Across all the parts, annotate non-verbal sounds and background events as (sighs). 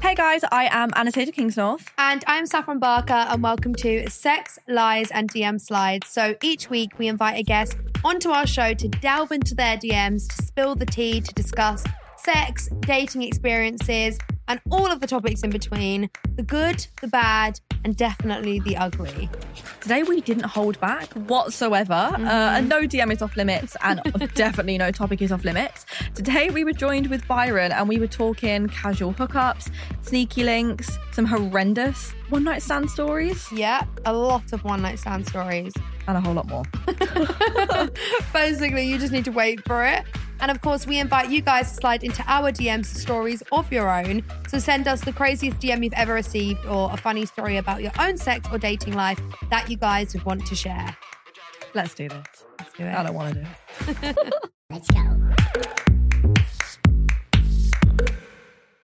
Hey guys, I am Annotator Kingsnorth. And I'm Saffron Barker, and welcome to Sex, Lies, and DM Slides. So each week we invite a guest onto our show to delve into their DMs, to spill the tea, to discuss sex, dating experiences, and all of the topics in between the good, the bad, and definitely the ugly. Today we didn't hold back whatsoever, uh, Mm-hmm. and no DM is off limits, (laughs) and definitely no topic is off limits. Today we were joined with Byron, and we were talking casual hookups, sneaky links, some horrendous one night stand stories, Yeah, a lot of one night stand stories. and a whole lot more. Basically, you just need to wait for it. And of course, we invite you guys to slide into our DMs stories of your own. So send us the craziest DM you've ever received or a funny story about your own sex or dating life that you guys would want to share. Let's do this. Let's do I it. don't want to do it.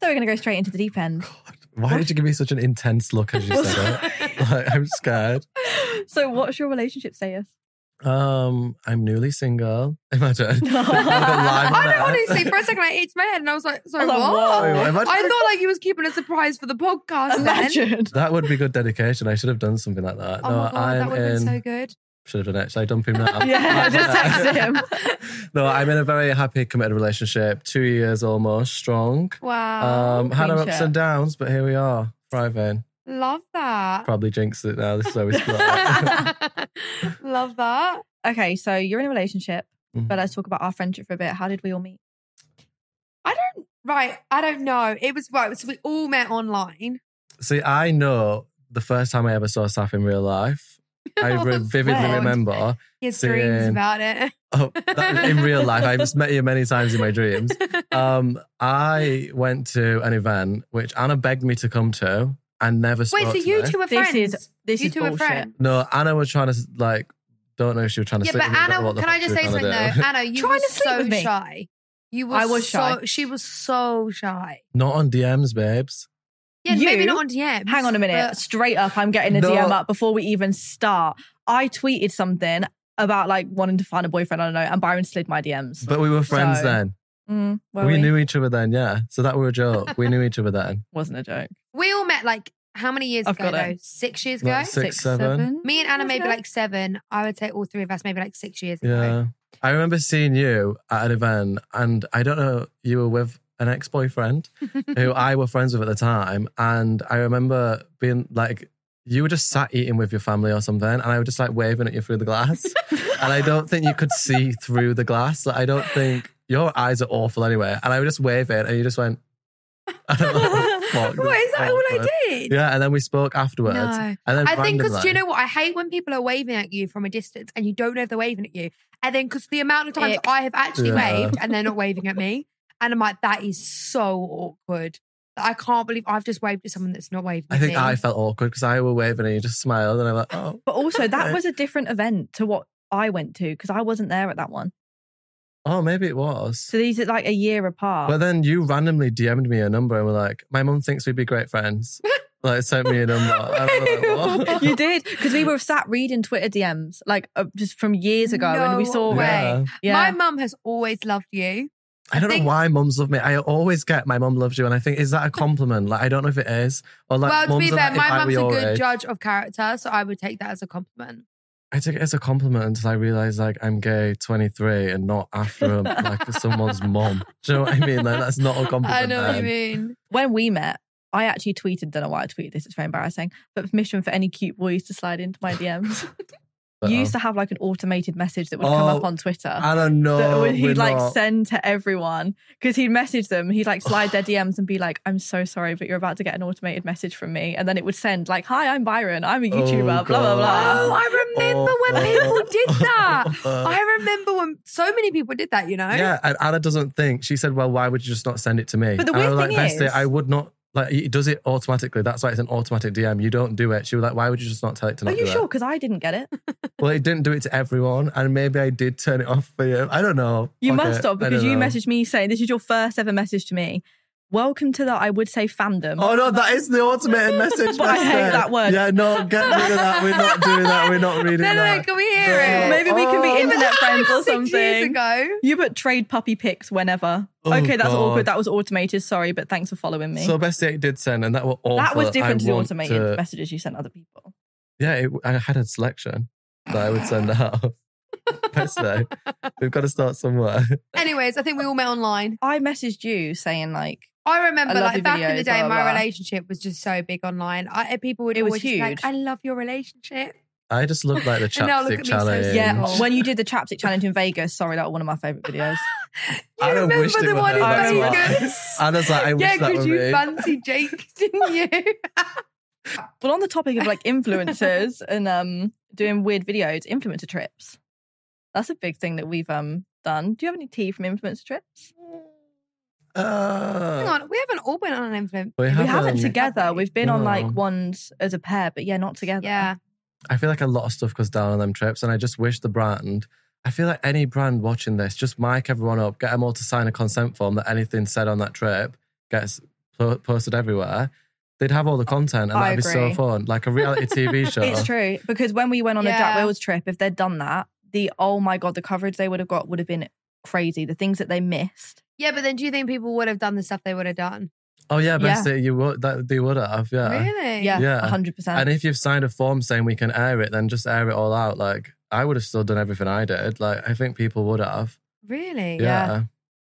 So we're going to go straight into the deep end. Why did you give me such an intense look as you said that? (laughs) Like, I'm scared. So, what's your relationship status? Um, I'm newly single. (laughs) (laughs) Imagine. live on I air. don't honestly, for a second, I ate my head and I was like, sorry, I was like, what? whoa. Wait, what? Imagine- I thought like he was keeping a surprise for the podcast. Then. Imagine. (laughs) That would be good dedication. I should have done something like that. Oh no, my god, I'm that would have in. been so good. Should have done it. Should I dump him (laughs) now? Yeah, (laughs) just text him. (laughs) no, I'm in a very happy, committed relationship. Two years almost strong. Wow. Um, had our Queen ups shit. and downs, but here we are, thriving. Love that. (laughs) Probably jinxed it now. This is always split. (laughs) Love that. Okay, so you're in a relationship, Mhm. but let's talk about our friendship for a bit. How did we all meet? I don't, right. I don't know. It was right. So we all met online. See, I know the first time I ever saw Saf in real life. (laughs) Oh, I re- vividly Wow. remember. His Seeing- dreams about it. (laughs) Oh, that, in real life, I've met you many times in (laughs) my dreams. Um, I went to an event which Anna begged me to come to and never spoke Wait, so to you me. two were This friends? is- this you is two were bullshit. friends. No, Anna was trying to like. Don't know if she was trying to. Yeah, sleep but with me, don't know Anna, what the can I fuck she just was say trying something? to No, do. Anna, you Trying were to sleep so with me. shy. You were I was so- shy. She was so shy. Not on DMs, babes. Yeah, maybe You- not on DMs. Hang on a minute. but- Straight up, I'm getting a No. DM up before we even start. I tweeted something about like wanting to find a boyfriend. I don't know, and Byron slid my DMs. But we were friends So, then. Mm, were we, knew each other then. Yeah, so that were a joke. we knew each other then. wasn't a joke. We all met like how many years I've ago got it. though? Six years ago. Like six, seven. Me and Anna maybe Okay. like seven. I would say all three of us maybe like six years ago. Yeah, I remember seeing you at an event, and I don't know, you were with (laughs) an ex-boyfriend who I were friends with at the time, and I remember being like. You were just sat eating with your family or something, and I was just like waving at you through the glass. and I don't think you (laughs) could see through the glass. Like, I don't think your eyes are awful anyway. And I was just waving, and you just went, (laughs) I don't know. (laughs) Fuck, what this is that? All I awkward. did. Yeah, and then we spoke afterwards. No. And then I think because randomly- do you know what? I hate when people are waving at you from a distance and you don't know if they're waving at you. And then because the amount of times Ick. I have actually Yeah. waved and they're not waving at me, and I'm like, that is so awkward. Like, I can't believe I've just waved at someone that's not waving. I at think me. I felt awkward because I were waving and you just smiled and I'm like, oh, (laughs) But also, that Okay. was a different event to what I went to because I wasn't there at that one. oh, maybe it was. So these are like a year apart. But then you randomly DM'd me a number and were like, my mum thinks we'd be (laughs) great friends. like sent me a number. And I'm like, what? you did because we were sat reading Twitter DMs like uh, just from years ago, and we No saw way. (laughs) Yeah. Yeah. My mum has always loved you. I don't think- know why mums love me. I always get my mum loves you, and I think is that a compliment? like I don't know if it is. Or like well, to be mums fair, are like, if my I were mum's a your good age- judge of character, so I would take that as a compliment. I took it as a compliment until I realized like I'm gay, 23, and not after like someone's mom. Do you know what I mean? Like that's not a compliment. (laughs) I know what you then. mean. When we met, I actually tweeted, don't know why I tweeted this, it's very embarrassing, but permission for any cute boys to slide into my DMs. But, you um, used to have like an automated message that would come up Oh, on Twitter. I don't know. that would- we're he'd like not- send to everyone because he'd message them. He'd (sighs) like slide their DMs and be like, "I'm so sorry, but you're about to get an automated message from me," and then it would send like, "Hi, I'm Byron. I'm a Oh, YouTuber." blah blah God. Oh, blah. I remember Oh, when oh, people did (laughs) that. oh. I remember when so many people did that, you know? Yeah, and Anna doesn't think. She said, "Well, why would you just not send it to me?" But the And I weird was like, thing "Bestie, is- I would not." Like, it does it automatically. That's why it's an automatic DM. You don't do it. She was like, "Why would you just not tell it Are to?" not you do it?" sure? Because I didn't get it. (laughs) Well, it didn't do it to everyone, and maybe I did turn it off for you. I don't know. You Fuck must it. have I because don't you know. messaged me saying this is your first ever message to me. Welcome to the I would say fandom. Oh no, that is (laughs) the automated message. But I hate message. that word. Yeah, no, get rid of that. We're not doing that. (laughs) We're not reading No, no, no, that. can we hear it? Maybe we can be Oh. Yeah, but (laughs) internet that's friends or like (laughs) six Years something. ago. You put trade puppy pics whenever. Oh, okay, that's God. awkward. That was automated. Sorry, but thanks for following me. So Bestie Eight did send, and that were awful. that was I different to the want automated to- messages you sent other people. Yeah, it, I had a selection that I (laughs) would send out. (laughs) Bestie, we've got to start somewhere. Anyways, I think we all met online. I messaged you saying like, I remember, love like your back in the videos, day, blah, my blah, blah. relationship was just so big online. I, people would It was always just be like, huge. "I love your relationship." I just look like the And now look at chapstick me, so challenge. simple. yeah, Oh. when you did the chapstick challenge in Vegas. Sorry, that was one of my favorite videos. You I don't remember wish the it were one in that bad. Vegas? (laughs) I was like, I yeah, wish that because were you me. fancy Jake, (laughs) didn't you? But on the topic of like influencers (laughs) and um doing weird videos, influencer trips. That's a big thing that we've um done. Do you have any tea from influencer trips? Uh, Ah. Hang on, we haven't all been on an influence. We We haven't. haven't together. Have we? We've been on like No. ones as a pair, but yeah, not together. Yeah, I feel like a lot of stuff goes down on them trips, and I just wish the brand. I feel like any brand watching this, just mic everyone up, get them all to sign a consent form that anything said on that trip gets po- posted everywhere. They'd have all the content, and I that'd be agree. so fun, like a (laughs) reality TV show. It's true because when we went on the Yeah. Jack Wales trip, if they'd done that, the oh my god, the coverage they would have got would have been crazy. The things that they missed. yeah. But then, do you think people would have done the stuff they would have done? Oh yeah, Yeah. basically you would. That, they would have, yeah. Really? Yeah, Yeah. hundred percent. And if you've signed a form saying we can air it, then just air it all out. Like I would have still done everything I did. Like I think people would have. Really? Yeah.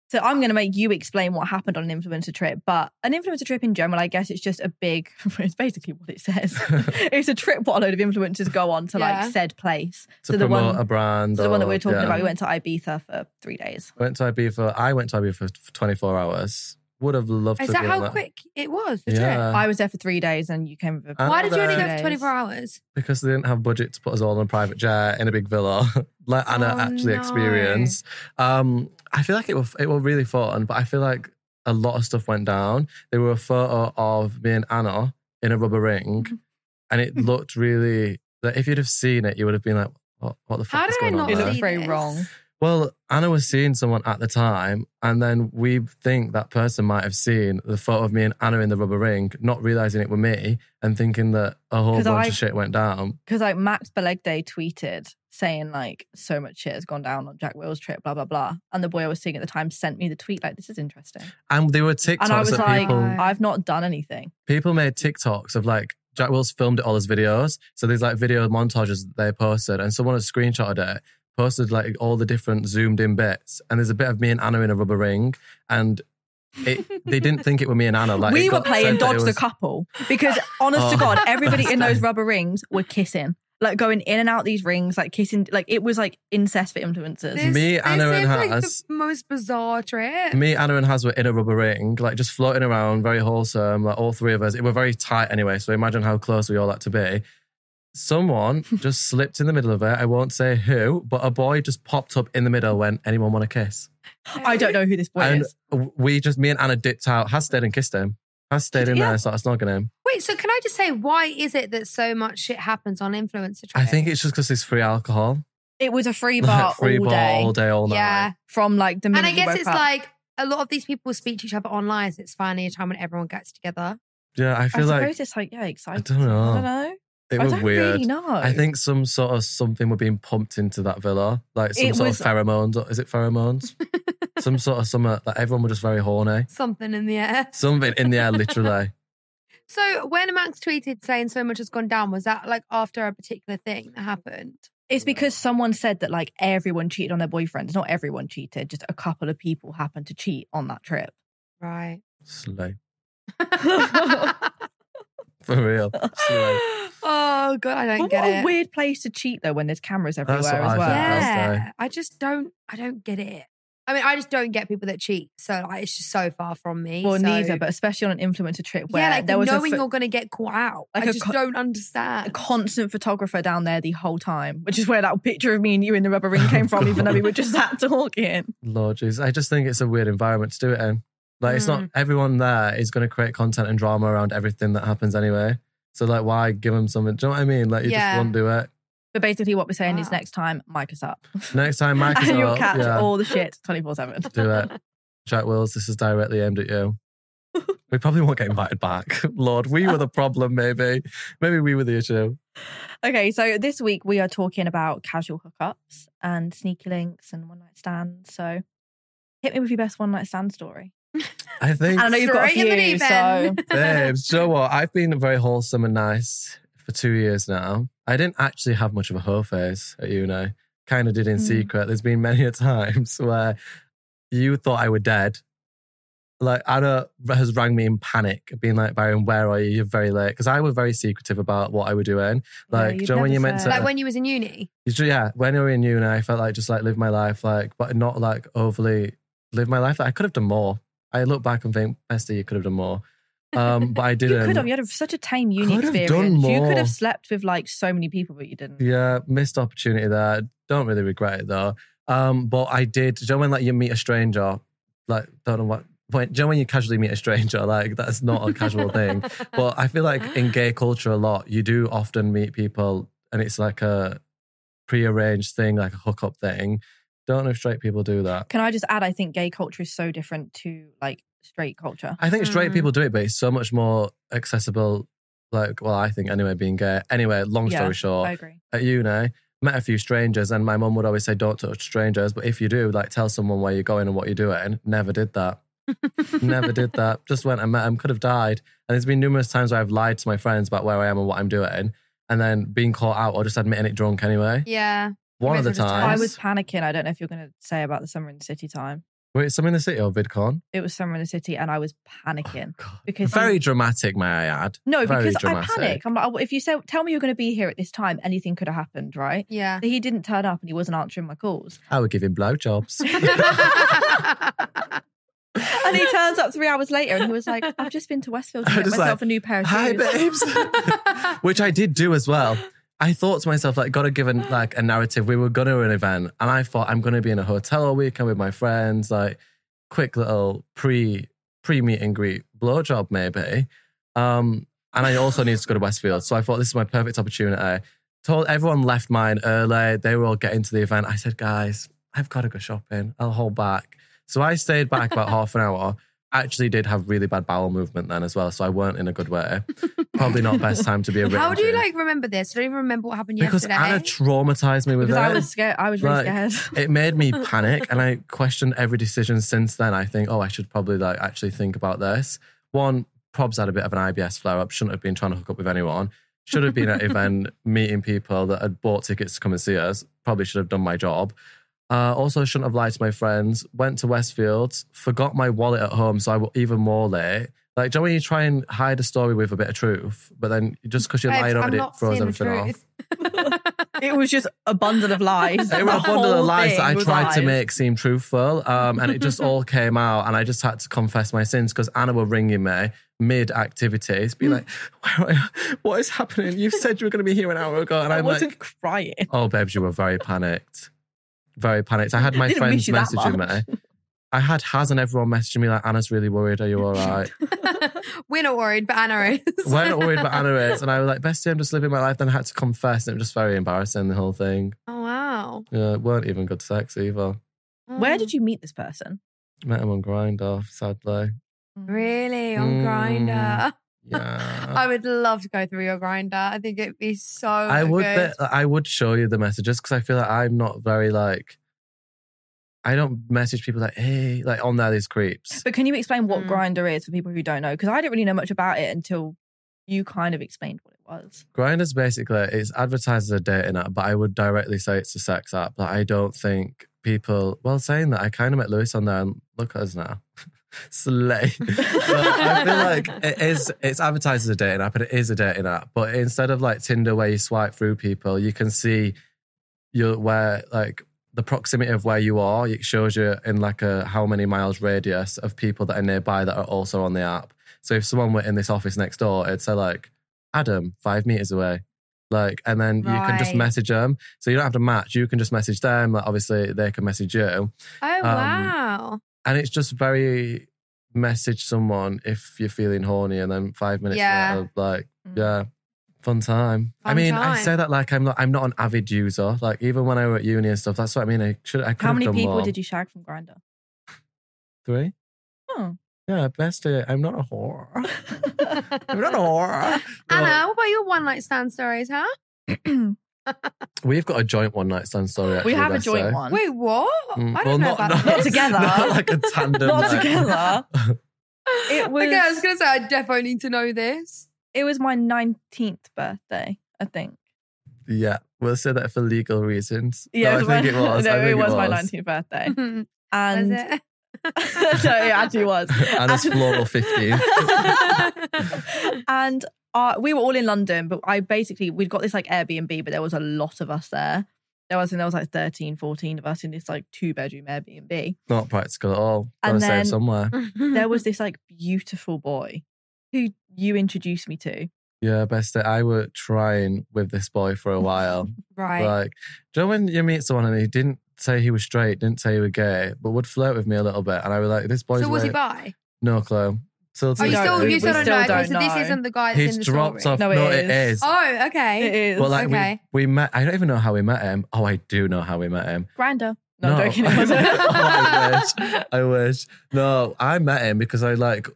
So I'm going to make you explain what happened on an influencer trip, but an influencer trip in general, I guess it's just a big, (laughs) it's basically what it (laughs) says. it's a trip what a load of influencers go on to Yeah. like said place. To so the promote one, a brand. so the one that or- we were talking yeah. about, we went to Ibiza for three days. Went to Ibiza. I went to Ibiza for 24 hours. Would have loved Is to that be on how quick it was? The Yeah. I was there for three days and you came for I trip? Why know did you only that- go for 24 hours? Because they didn't have budget to put us all on a private jet in a big villa, (laughs) like Anna Oh, actually no. experienced. Um, I feel like it was it was really fun, but I feel like a lot of stuff went down. There were a photo of me and Anna in a rubber ring, Mm-hmm. and it looked really. Like if you'd have seen it, you would have been like, "What, what the fuck How is did I going not on?" It there? looked see very this? wrong. Well, Anna was seeing someone at the time, and then we think that person might have seen the photo of me and Anna in the rubber ring, not realizing it were me, and thinking that a whole 'Cause bunch I- of shit went down. Because like Max Belegday tweeted saying like so much shit has gone down on Jack Will's trip, blah, blah, blah. And the boy I was seeing at the time sent me the tweet like, this is interesting. And there were TikToks And I was that like, uh, people Right. I've not done anything. people made TikToks of like Jack Wills filmed it all as videos. So there's like video montages that they posted, and someone has screenshotted it, posted like all the different zoomed in bits, and there's a bit of me and Anna in a rubber ring, and it, they didn't think it were me and Anna. Like it (laughs) we were got playing said that it dodge the was- couple because honest to Oh. god everybody (laughs) in those rubber rings were kissing like going in and out these rings like kissing like it was like incest for influencers This, Me, this Anna, and seems like Haz. the most bizarre trip. (laughs) Me, Anna, and Haz were in a rubber ring, like just floating around, very wholesome. Like all three of us, it were very tight anyway. So imagine how close we all had to be. (laughs) Someone just slipped in the middle of it. I won't say who, but a boy just popped up in the middle. Went, anyone want a kiss? i don't know who this boy and is we just, me and Anna dipped out. Has stayed and kissed him. Has stayed in there and started snogging him. Wait, so can I just say, why is it that so much shit happens on influencer trips? I think it's just because it's free alcohol. it was a (laughs) free bar free all bar day all day, all night. yeah, from like the minute and I you guess woke it's up. like a lot of these people speak to each other online, so it's finally a time when everyone gets together. Yeah, I i feel suppose like it's like yeah exciting I don't know. i don't know it i was don't weird. really know I think some sort of something were being pumped into that villa, like some It sort was- uh, of pheromones. Is it (laughs) pheromones? some sort of summer. Like everyone were just very horny. Something in the air. (laughs) Something in the air, literally. So when Max tweeted saying so much has gone down, was that like after a particular thing that happened? It's because someone said that like everyone cheated on their boyfriends. Not everyone cheated, just a couple of people happened to cheat on that trip. Right. (laughs) (laughs) Slow. For real. Slow. oh god, I don't But get what it. a weird place to cheat though when there's cameras everywhere what I as well. think. Yeah. yeah, Thursday. I just don't. I don't get it. I mean, I just don't get people that cheat. So like, it's just so far from me. Well, so- neither, but especially on an influencer trip where yeah, like there was a, knowing pho- you're going to get caught out. Like I a just co- don't a understand. constant photographer down there the whole time, which is where that picture of me and you in the rubber ring came from, even though we were just sat (laughs) talking. Lord Jesus. I just think it's a weird environment to do it in. Like, it's Mm. not everyone there is going to create content and drama around everything that happens anyway. So, like, why give them something? Do you know what I mean? Like, you Yeah. just won't do it. But basically, what we're saying is Wow. next time, mic us up. (laughs) Next time, Mike is and you'll up, catch yeah, all the shit 24 7. do it. Jack Wills, this is directly aimed at you. We probably won't get invited back. (laughs) Lord, we were the problem, maybe. Maybe we were the issue. (laughs) Okay, so this week we are talking about casual hookups and sneaky links and one night stands. So hit me with your best one night stand story. I And think. I know (laughs) you've got a Straight in the few, deep so (laughs) (laughs) end. Babes, do you know what? I've been very wholesome and nice for two years now. I didn't actually have much of a hoe phase at uni. Kind of did in Mm. secret. There's been many a (laughs) times where you thought I were dead. Like Anna has rang me in panic, being like, Byron, where are you? You're very late. Because I was very secretive about what I were doing. Yeah, Like, you'd do you know when never you meant say. to like when you was in uni. it's ju- yeah, when I were in uni, I felt like just like live my life, like but not like overly live my life. Like, I could have done more. I look back and think, Bestie, you could have done more. Um, but (laughs) I You didn't. could have. You had such a tame uni Could have done experience. You could more. have slept with like so many people, but you didn't. Yeah, missed opportunity there. Don't really regret it though. Um, but I did. Do you know when like you meet a stranger, like don't know what. When, do you know when you casually meet a stranger? (laughs) Like that's not a casual thing. But I feel like in gay culture a lot, you do often meet people, and it's like a prearranged thing, like a hookup thing. Don't know if straight people do that. Can I just add? I think gay culture is so different to like straight culture. I think straight Mm. people do it, but it's so much more accessible. Like, well, I think anyway, being gay. Anyway, long Yeah, story short, I agree. at uni, met a few strangers, and my mum would always say, "Don't touch strangers," but if you do, like, tell someone where you're going and what you're doing. Never did that. Never (laughs) did that. Just went and met him. Could have died. And there's been numerous times where I've lied to my friends about where I am and what I'm doing, and then being caught out or just admitting it drunk anyway. (laughs) Yeah. One may of the as well just times, tell- I was panicking. I don't know if you're going to say about the summer in the city time. wait, some in the city or VidCon. It was summer in the city, and I was panicking Oh, God. because Very dramatic, may I add. no, Very because I dramatic. panic. I'm like, oh, if you say, tell me you're going to be here at this time, anything could have happened, right? (laughs) Yeah. He didn't turn up and he wasn't answering my calls. I would give him blowjobs. And he turns up three hours later and he was like, I've just been to Westfield to I get was just myself like, a new pair of shoes. Hi, (laughs) babes. (laughs) Which I did do as well. I thought to myself, like, gotta give a, like a narrative. We were gonna do an event, and I thought I'm gonna be in a hotel all weekend with my friends, like, quick little pre pre meet and greet blowjob maybe. Um, and I also needed to go to Westfield, so I thought this is my perfect opportunity. Told everyone left mine early. They were all getting to the event. I said, guys, I've got to go shopping. I'll hold back. So I stayed back about half an hour. Actually, did have really bad bowel movement then as well, so I weren't in a good way. Probably not best time to be (laughs) a. How written do you Jew. like remember this? I don't even remember what happened Because yesterday. Anna traumatized me with because I it. was (laughs) scared. I was really Like, scared. it made me panic, and I questioned every decision since then. I think, oh, I should probably like actually think about this. One, Probs had a bit of an IBS flare up. Shouldn't have been trying to hook up with anyone. Should have been at an event (laughs) meeting people that had bought tickets to come and see us. Probably should have done my job. Uh, also, shouldn't have lied to my friends. Went to Westfields, forgot my wallet at home, so I was even more late. Like, do you know when you try and hide a story with a bit of truth, but then just because you're Babes, lying I'm over it, it not throws seeing the everything off? truth. (laughs) It was just a bundle of lies. They were The a bundle whole of lies thing that I was tried to lies. make seem truthful. Um, and it just all came out. And I just had to confess my sins because Anna were ringing me mid activities, Hmm. be like, Where are you? What is happening? You said you were going to be here an hour ago. And I I'm wasn't (laughs) like, crying. Oh, babes, you were very panicked. Very panicked. I had my Didn't friends miss you that messaging much. me. I had Haz and everyone messaging me like, Anna's really worried. (laughs) Are you all right? We're not worried, but Anna is. We're not worried about Anna is. And I was like, Bestie, I'm just living my life. Then I had to confess. And it was just very embarrassing, the whole thing. (laughs) Oh wow. Yeah, it weren't even good sex either. Where Mm. did you meet this person? Met him on grind off, sadly. really on Mm. (laughs) Uh. Grinder? I (laughs) Yeah. would love to go through your Grinder. I think it'd be so. I would Good. bet, I would show you the messages because I feel like I'm not very like I don't message people like, hey, like on there (laughs) these creeps. But can you explain what Mm. Grinder is for people who don't know? Because I didn't really know much about it until you kind of explained what it (laughs) was. Grinders basically it's advertised as a dating app, but I would directly say it's a sex app. But I don't think people. Well, saying that, I kind of met Lewis on there, and look at us now, (laughs) slay. but I feel (laughs) like it is. It's advertised as a dating app, and it is a dating app. But instead of like Tinder, where you swipe through people, you can see your where like the proximity of where you are. It shows you in like a how many miles radius of people that are nearby that are also on the app. So if someone were in this office next door, it'd say like Adam five meters away. Like, and then you can just Right. message them. So you don't have to match. You can just message them. Like, obviously, they can message you. Oh, um, wow. And it's just very message someone if you're feeling horny, and then five minutes Yeah. later, like, Mm. yeah, fun time. I Fun mean, I time. say that like I'm not. I'm not an avid user. Like even when I were at uni and stuff, that's what I mean. I should. I could (laughs) How many people did you shag from Grinder? Three. (laughs) Oh. Yeah, best. Uh, I'm not a whore. (laughs) I'm not a whore. (laughs) Anna, what about your one night stand stories, huh? But We've got a joint one night stand story. (gasps) Actually, we have a best, joint eh? one. Wait, what? Mm, I well, don't know not, about not, this. Not (laughs) together. (laughs) Not like a tandem. Not like- (laughs) together. It was Okay, I was going to say, I definitely need to know this. it was my 19th birthday, I think. yeah, we'll say that for legal reasons. Yeah, no, I my- think it (laughs) was. no, I think it was, my 19th birthday. (laughs) Was And (laughs) no, (laughs) it? it actually (laughs) was. Anna's floral 15. (laughs) and uh, we were all in London, but I basically, we'd got this like Airbnb, but there was a lot of us there. There was, and there was like 13, 14 of us in this like two bedroom Airbnb. Not practical at all. Gotta And then- save somewhere. There (laughs) was this like beautiful boy who you introduced me to. Yeah, best day. I were trying with this boy for a while. (laughs) Right. like, do you know when you meet someone and he didn't say he was straight, didn't say he was gay, but would flirt with me a little bit? And I was like, this boy's so was he weird. bi? No clue. Still Oh, to you this still, day, you we- still we don't still know. Okay, don't so this know. isn't the guy that's He's in the dropped story. off. No, No, it it is. is. Oh, okay. It is. But like Okay. we, we met. I don't even know how we met him. Oh, I do know how we met him. Grander. No, I'm (laughs) joking. It wasn't. oh, I wish. I wish. No, I met him because I like.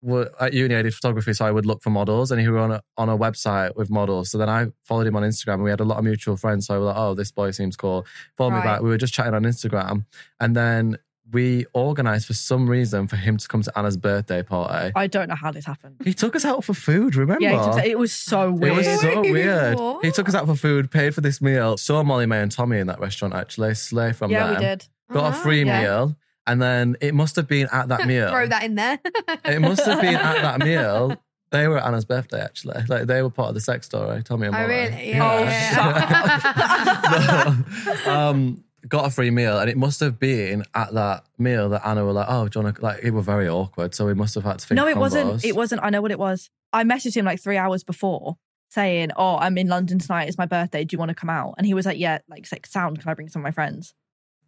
were- At uni, I did photography, so I would look for models, and he was on a, on a website with models. So then I followed him on Instagram, and we had a lot of mutual friends. So I was like, "Oh, this boy seems cool." Followed Right. me back. We were just chatting on Instagram, and then we organised for some reason for him to come to Anna's birthday party. I don't know how this happened. He took us out for food. Remember? Yeah, it's- it was so It weird. was so Weird. weird. What? He took us out for food, paid for this meal. Saw Molly May and Tommy in that restaurant actually. Slay from yeah, there. we did. Got a Oh, free Uh-huh, yeah. meal. And then it must have been (laughs) at that meal. Throw that in there. (laughs) It must have been at that meal. They were at Anna's birthday actually. Like they were part of the sex story. Tommy and Oh, Molly. really? Yeah. Oh, Oh, (laughs) No. um, got a free meal, and it must have been at that meal that Anna were like, "Oh, do you wanna, like it were very awkward." So we must have had to think. No, it combos. wasn't. It wasn't. I know what it was. I messaged him like three hours before saying, Oh, I'm in London tonight. It's my birthday. Do you want to come out? And he was like, Yeah, like, it's like sound. Can I bring some of my friends?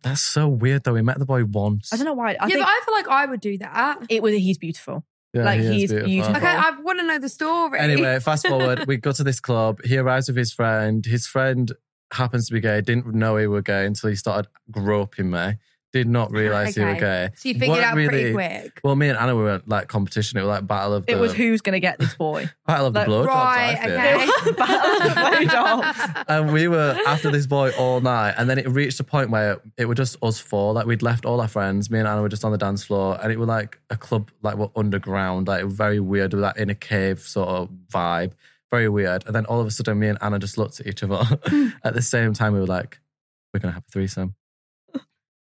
That's so weird though. We met the boy once. I don't know why. I yeah, think but I feel like I would do that. Uh-huh. it was, he's beautiful. Yeah, Like, he is he's beautiful. Okay, I want to know the story. Anyway, fast forward, we go to this club. He arrives with his friend. His friend happens to be gay. Didn't know he were gay until he started groping me. Did not realize he were (laughs) Okay. gay. (laughs) so you figured Weren't out pretty really- quick. Well, me and Anna were at, like competition. It was like battle of the It was who's going to get this boy. battle of the like, blood. right, okay. (laughs) and we were after this boy all night. And then it reached a point where it were just us four. Like we'd left all our friends. Me and Anna were just on the dance floor, and it were like a club, like we're underground, like very weird, with that in a cave sort of vibe, very weird. And then all of a sudden, me and Anna just looked at each other at the same time. We were like, "We're gonna have a threesome,"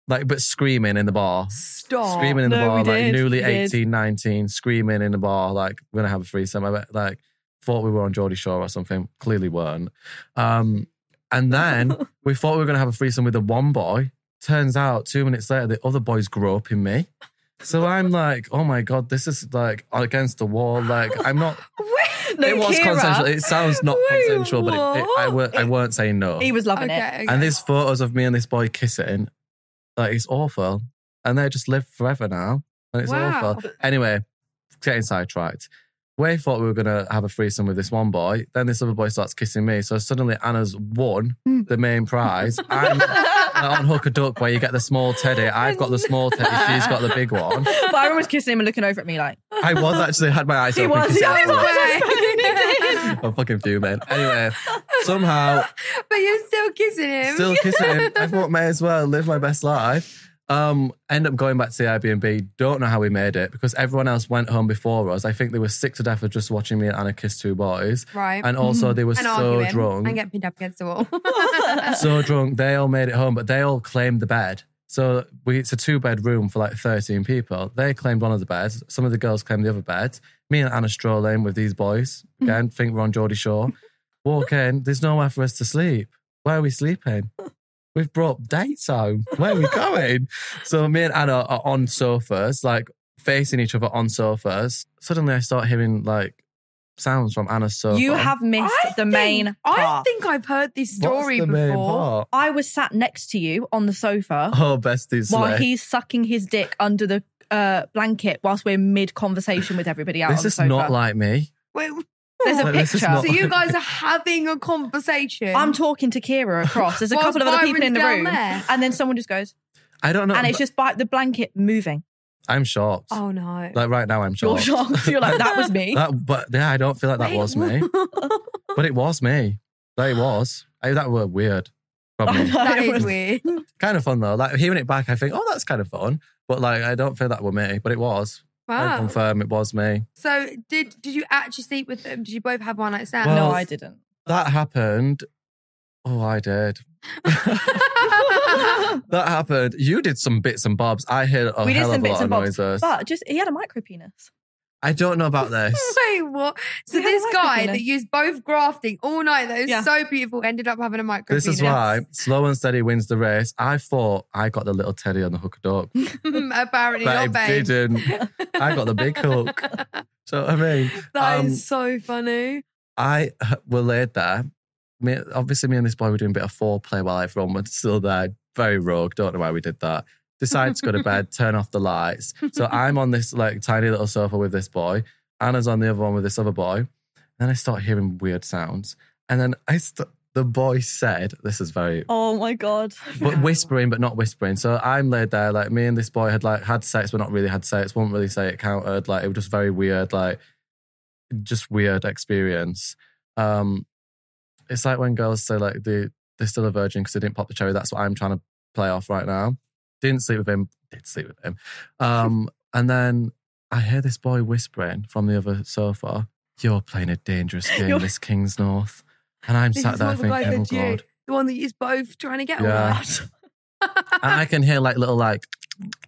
like but screaming in the bar. (laughs) Stop. Screaming in the No, bar, we like did. newly We did. (laughs) 18, 19, screaming in the bar, like we're gonna have a threesome. I bet, like thought we were on Geordie Shore or something. Clearly weren't. Um, (laughs) and then we thought we were gonna have a threesome with the one boy. Turns out two minutes later, the other boy's groping me. So (laughs) I'm like, oh my god, this is like against the wall. Like I'm not. No, it was Kira, consensual. It sounds not Wait, consensual, but it, it, I, were, I weren't saying no. He was loving it. (laughs) Okay, okay. (laughs) And there's photos of me and this boy kissing. Like it's awful. And they just live forever now. And it's Wow. awful. Anyway, getting sidetracked. We thought we were gonna have a threesome with this one boy. Then this other boy starts kissing me. So suddenly Anna's won Hmm. the main prize. (laughs) I'm like, on hook a duck where you get the small teddy. I've got the small teddy. She's got the big one. Byron was kissing him and looking over at me like, I was actually had my eyes He open. was. kissing Yeah, he Anna. was. I'm fucking fuming. Anyway, somehow but you're still kissing him. (laughs) Still kissing him. I thought may as well live my best life. Um, end up going back to the Airbnb. Don't know how we made it because everyone else went home before us. I think they were sick to death of just watching me and Anna kiss two boys. Right. And also they were and so arguing drunk. and get pinned up against (laughs) the wall. so drunk. They all made it home, but they all claimed the bed. So we, it's a two bed room for like 13 people. They claimed one of the beds. Some of the girls claimed the other bed. Me and Anna stroll in with these boys. Again, think we're on Geordie Shore. Walk in. There's nowhere for us to sleep. Where are we sleeping? We've brought dates home. Where are we going? so me and Anna are on sofas, like facing each other on sofas. Suddenly I start hearing like sounds from Anna's sofa. You have missed I the think- main I part. think I've heard this What's story the before. main part? I was sat next to you on the sofa Oh, bestie while slay. he's sucking his dick under the uh, blanket whilst we're mid conversation with everybody out This on the is sofa. not like me. Wait, There's a (laughs) Like, this is picture. not- so you guys are having a conversation. I'm talking to Kira across. There's a (laughs) Whilst couple of other people Byron's in the down room, there. and then someone just goes, I don't know. and it's just by the blanket moving. I'm shocked. oh no. Like right now, I'm You're shocked. (laughs) shocked. You're like, that was me. (laughs) That- but yeah, I don't feel like that Wait, (laughs) was me. but it was me. That it was. I, that were weird. I (laughs) Probably know, that it is was- weird. kind of fun though. Like hearing it back, I think, oh, that's kind of fun. But like, I don't feel that were me. But it was. Ah. I Wow. confirm it was me. So did did you actually sleep with them? Did you both have one night stand? Well- No, I (laughs) didn't. That happened. Oh, I did. (laughs) That happened. You did some bits and bobs. I heard a we did hell some of a bits lot and of bobs, noises. but just he had a micro penis. I don't (laughs) know about this. (laughs) Wait, what? So Yeah, this I like guy micropenis. that used both grafting all night, that was Yeah. so beautiful, ended up having a micro. This is why slow and steady wins the race. I thought I got the little teddy on the hooker dog, (laughs) Mm, apparently but not, it babe. didn't. I got the big hook. So I mean, (laughs) That is Um, so funny. I uh, were laid there. Me, obviously, me and this boy were doing a bit of foreplay while everyone was still there. Very rogue. Don't know why we did that. Decide to go to bed. Turn off the lights. So I'm on this like tiny little sofa with this boy. Anna's on the other one with this other boy. Then I start hearing weird sounds, and then I st- the boy said, "This is very Oh my god! (laughs) but whispering, but not whispering. So I'm laid there, like me and this boy had like had sex, but not really had sex. Won't really say it counted. Like it was just very weird, like just weird experience. Um, it's like when girls say like they they're still a virgin because they didn't pop the cherry. That's what I'm trying to play off right now. Didn't sleep with him. Did sleep with him. Um, (laughs) and then I hear this boy whispering from the other sofa. You're playing a dangerous (laughs) game, You're- Miss Kings North. And I'm This sat is there what the guy thinking, oh said to you. god. The one that you both trying to get Yeah. all (laughs) night. and I can hear like little like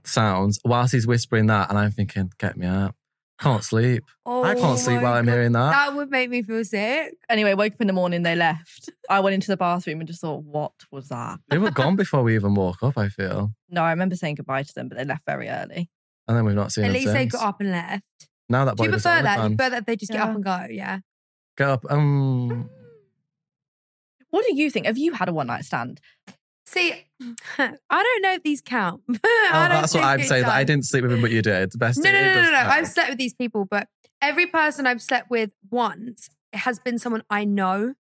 sounds whilst he's whispering that, and I'm thinking, "Get me out! Can't sleep. Oh I can't sleep my while I'm God. hearing that." That would make me feel sick. Anyway, woke up in the morning. They left. I went into the bathroom and just thought, what was that? they were gone before we even woke up. I feel, No, I remember saying goodbye to them, but they left very early. and then we've not seen At them least they since. got up and left. Now that Do boy you lives prefer at that? Do you Oldham. prefer that they just get Yeah. up and go? Yeah. Get up. (laughs) Um, What do you think? Have you had a one night stand? See, (laughs) I don't know if these count. (laughs) I oh, don't that's what think I'm it saying. That I does. didn't sleep with him, but you did. The best. No, it- no, it no, no, does no. I've count. slept with these people, but every person I've slept with once has been someone I know.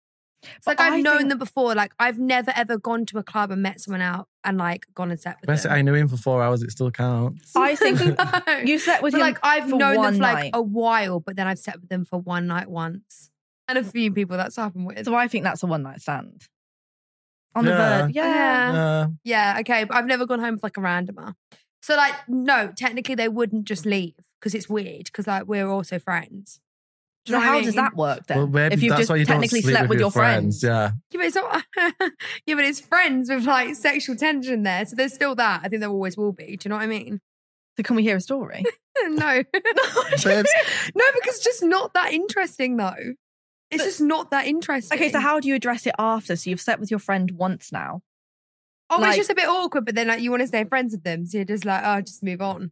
It's But like I've I known think- them before. Like I've never ever ggone to a club and met someone out and like gone and slept with Best, them. I knew him for four hours. It still (laughs) counts. I (laughs) think No. you slept with But, him like I've for known them one for like night. a while, but then I've slept with them for one night once, and a few people that's happened with. So I think that's a one night stand. On the Yeah. verge, yeah. yeah. Uh, Yeah, okay, but I've never gone home with like a randomer. So like, no, technically they wouldn't just leave because it's weird because like we're also friends. So Do you know what I how does mean? that work then? well, maybe if you've that's just why you don't technically sleep slept with your friends, Yeah. (laughs) Yeah, but it's not. (laughs) yeah, but it's friends with like sexual tension there, so there's still that. I think there always will be. Do you know what I mean? (laughs) so can we hear a (laughs) story? no, (laughs) Babes. no, because it's just not that interesting though. It's just not that interesting. okay, so how do you address it after? So you've slept with your friend once now. Oh, but like- it's just a bit awkward. But then like you want to stay friends with them, so you're just like, oh, just move on.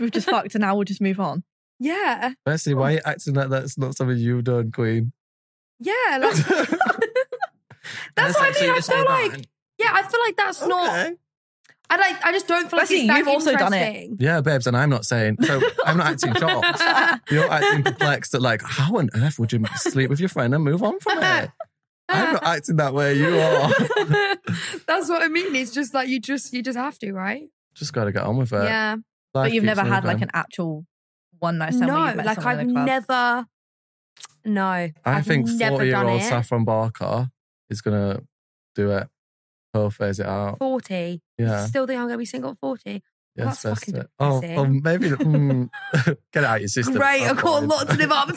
We've (laughs) just fucked, and now we'll just move on. Yeah, Bessie, why are you acting like that's not something you've (laughs) done, Queen? yeah. Like, that's what I mean. I feel like Yeah, I feel like that's not. I like. I just don't feel like Bessie, it's that you've also done it. (laughs) interesting. Yeah, babes, and I'm not saying so. I'm not acting shocked. (laughs) You're acting perplexed at like, how on earth would you sleep with your friend and move on from it? I'm not acting that way. You are. (laughs) that's what I mean. It's just like you just you just have to, right? Just got to get on with it. yeah. But Life you've keeps never had like moving. an actual one night stand. No, where you've met like someone I've in a club. never. No, I I've think never done forty-year-old it. Saffron Barker is gonna do it. He'll phase it out. 40. Yeah. Still think I'm going to be single at 40. Yes, that's fucking it. Oh, depressing. well, maybe. mm, (laughs) get it out of your system. Great. Oh, I've got a God. lot to live up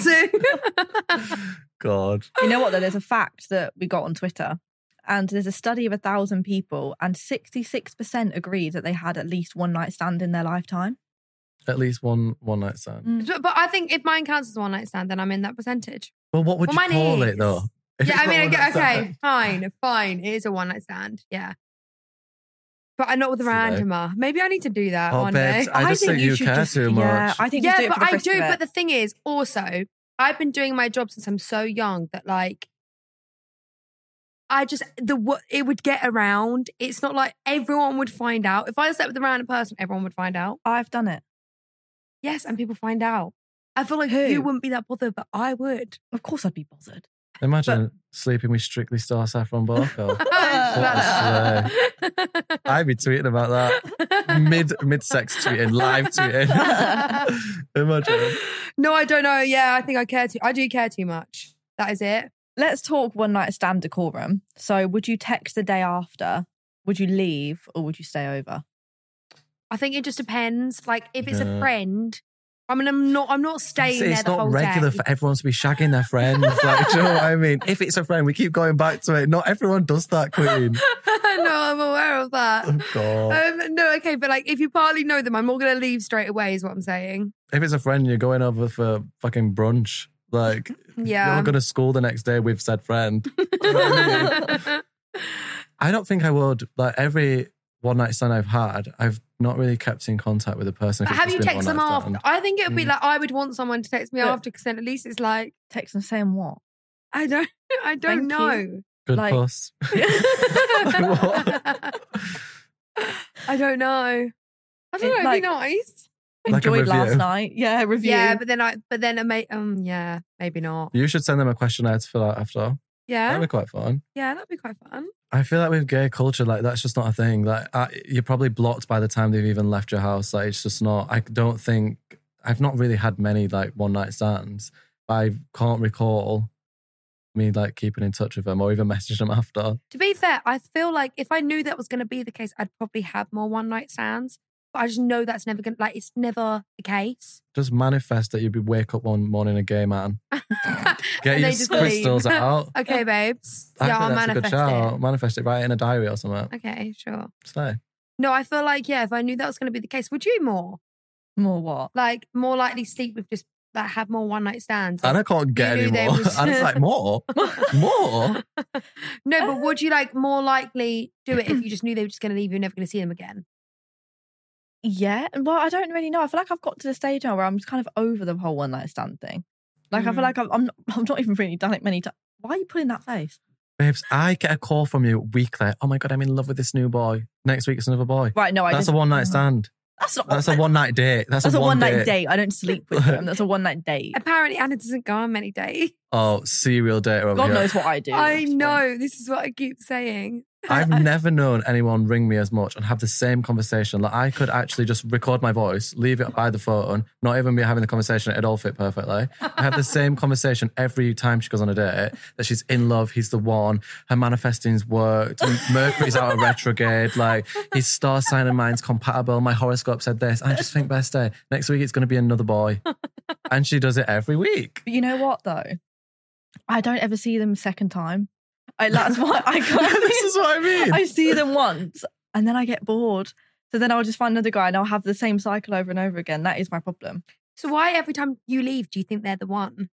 (laughs) to. (laughs) (laughs) God. You know what, though? There's a fact that we got on Twitter, and there's a study of a thousand people, and 66% agreed that they had at least one night stand in their lifetime. At least one one night stand. but I think if mine counts as a one night stand, then I'm in that percentage. Well, what would Well, mine you call is. it though? If yeah, it's I not mean, I one get- night okay, stand. fine, fine. It is a one night stand. Yeah. But I'm not with a So- randomer. Maybe I need to do that Oh, one babes, day. I I just think think you you should care just- too Yeah, much. I think yeah, just do it but for the I frisk do. of it. But the thing is, also, I've been doing my job since I'm so young that like, I just the what it would get around. It's not like everyone would find out. If I slept with a random person, everyone would find out. I've done it. Yes, and people find out. I feel like Who? you wouldn't be that bothered, but (laughs) I would. (laughs) Of course, I'd be bothered. Imagine sleeping with Strictly Star (laughs) Saffron Barco. I'd be tweeting about that. (laughs) Mid mid sex tweeting, live tweeting. Imagine. no, I don't know. Yeah, I think I care too. I do care too much. That is it. Let's talk one night stand decorum. So, would you text the day after? Would you leave or would you stay over? I think it just depends. Like if it's a Yeah. friend, I mean, I'm not. I'm not staying It's, there it's the not whole regular day. for everyone to be shagging their friends. Like, do you know what I mean? If it's a friend, we keep going back to it. Not everyone does that, (laughs) Queen. no, I'm aware of that. Oh, God. Um, no, okay, but like if you partly know them, I'm not going to leave straight away. Is what I'm saying. If it's a friend, you're going over for fucking brunch. Like, Yeah. you're going to school the next day with said friend. (laughs) I don't think I would. Like every one night stand I've had, I've not really kept in contact with the person. if it's Have you just been a text them one-night after? stand. I think it would be Mm. like I would want someone to text me But- after because then at least it's like Text them saying what? I don't. (laughs) I don't Thank you. know. Good like- puss. (laughs) (laughs) what? I don't know. I It, don't know. It'd like- be nice. Like a Enjoyed last review. night. Yeah, (laughs) review. Yeah, but then I. But then I may. Um. Yeah. Maybe not. (laughs) You should send them a questionnaire to fill out after. Yeah. That'd be quite fun. yeah. That'd be quite fun. I feel like with gay culture, like that's just not a thing. Like I, you're probably blocked by the time they've even left your house. Like it's just not. I don't think I've not really had many like one night stands. I can't recall me like keeping in touch with them or even (laughs) messaging them after. To be fair, I feel like if I knew that was going to be the case, I'd probably have more one night stands. But I just know that's never going. to Like it's never the (laughs) case. (laughs) Just manifest that you'd be wake up one morning a gay man. Get And your they just (laughs) crystals leave. out. okay, babes. I yeah, think I'll that's a good manifest shout. it. Manifest it right in a diary or something. Okay, sure. So No, I feel like yeah. If I knew that was going to be the case, would you more More what? like more likely sleep with just like have more one night stands? and (laughs) I can't get You knew any there more. was- and it's like more, (laughs) more. no, Uh-huh. but would you like more likely do it (clears throat) if you just knew they were just going to leave you, never going to see them again? Yeah. Well, I don't really know. I feel like I've got to the stage now where I'm just kind of over the whole one night stand thing. Like, I Mm. feel like I've, I'm, not, (laughs) I'm not even really done it many times. Why are you putting that face? (laughs) Babes, I get a call from you weekly. Oh my god, I'm in love with this new boy. Next week it's another boy. Right. No, I That's a just, (laughs) one night stand. That's not. (laughs) That's a one night date. That's, That's a one night date. date. I don't sleep with them. That's a one (laughs) night date. Apparently, Anna doesn't go on (laughs) many days. Oh, serial date over God here. knows what I do. at I this point. know. This is what I keep saying. (laughs) I've never known anyone ring me as much and have the same conversation. Like I could actually just record my voice, leave it by the phone, not even be having the conversation. It all fit perfectly. (laughs) I have the same conversation every time she goes on a date that she's in love, he's the one, her manifesting's worked, Mercury's out of retrograde, like his star sign and mine's compatible. My horoscope said this. I just think best day. Next week it's going to be another boy, and she does it every week. But you know what though? I don't ever see them a second time. I, (laughs) that's why I can't. (laughs) (laughs) this is what I mean. I see them once and then I get bored. So then I'll just find another guy and I'll have the same cycle over and over again. That is my problem. So why every time you leave do you think they're the one?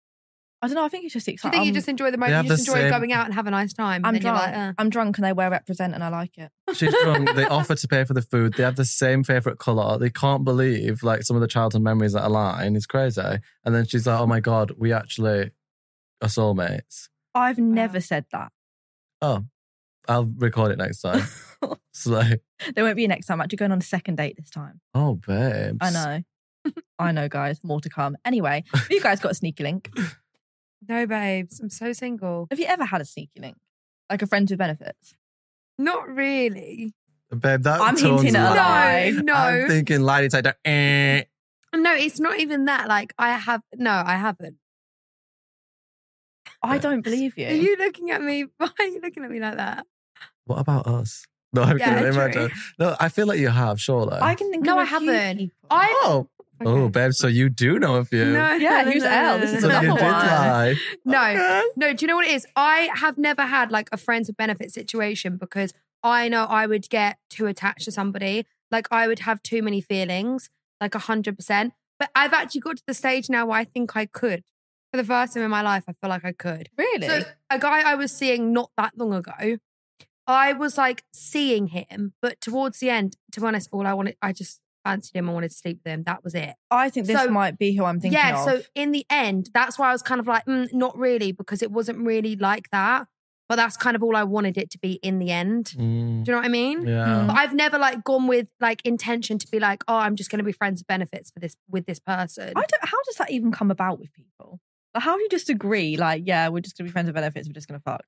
I don't know. I think it's just Do you exciting. think you just enjoy the moment? have You just the enjoy same- going out and have a nice time. I'm and then drunk. You're like, uh. I'm drunk and they wear represent and I like it. She's drunk. they offer to pay for the food. They have the same favorite color. They can't believe like some of the childhood memories that align. It's crazy. And then she's like, "Oh my god, we actually are soulmates." I've never Wow. said that. (laughs) Oh, I'll record it (laughs) next time. it's like, There won't be a next time. I'm actually going on a second date this time. oh babe, I know. I know, guys. More to come. (laughs) Anyway, have you guys got a sneaky link? No, babes, I'm so single. Have you ever had a sneaky link? Like a friend with benefits? Not really. babe. That I'm tone's hinting at a loud. lie. No, I'm no. thinking, lady, type down. Eh. No, it's not even that. Like I have no, I haven't. I don't believe you. (laughs) Are you looking at me? Why are you looking at me like that? What about us? No, I'm Yeah, kidding. true. Imagine. No, I feel like you have, surely. I can think No, I of a few haven't. people. I Oh, oh, Okay. babe. So you do know a few. no, Yeah, no, who's no, L? no, This no, is so no. you another did one. lie. No, Okay. no. Do you know what it is? I have never had like a friends with benefit situation because I know I would get too attached to somebody. Like I would have too many feelings, like hundred percent. But I've actually got to the stage now where I think I could. For the first time in my life, I feel like I could. Really? So a guy I was seeing not that long ago, I was like seeing him, but towards the end, to be honest, all I wanted, I just fancied him. I wanted to sleep with him. That was it. I think this so- might be who I'm thinking yeah. of. So in the end, that's why I was kind of like, mm, not really, because it wasn't really like that. But that's kind of all I wanted it to be in the end. Mm, Do you know what I mean? yeah. But I've never like gone with like intention to be like, oh, I'm just going to be friends with benefits for this with this person. I don't. How does that even come about with people? Like, how do you just agree? Like, yeah, we're just gonna be friends with benefits. We're just gonna fuck.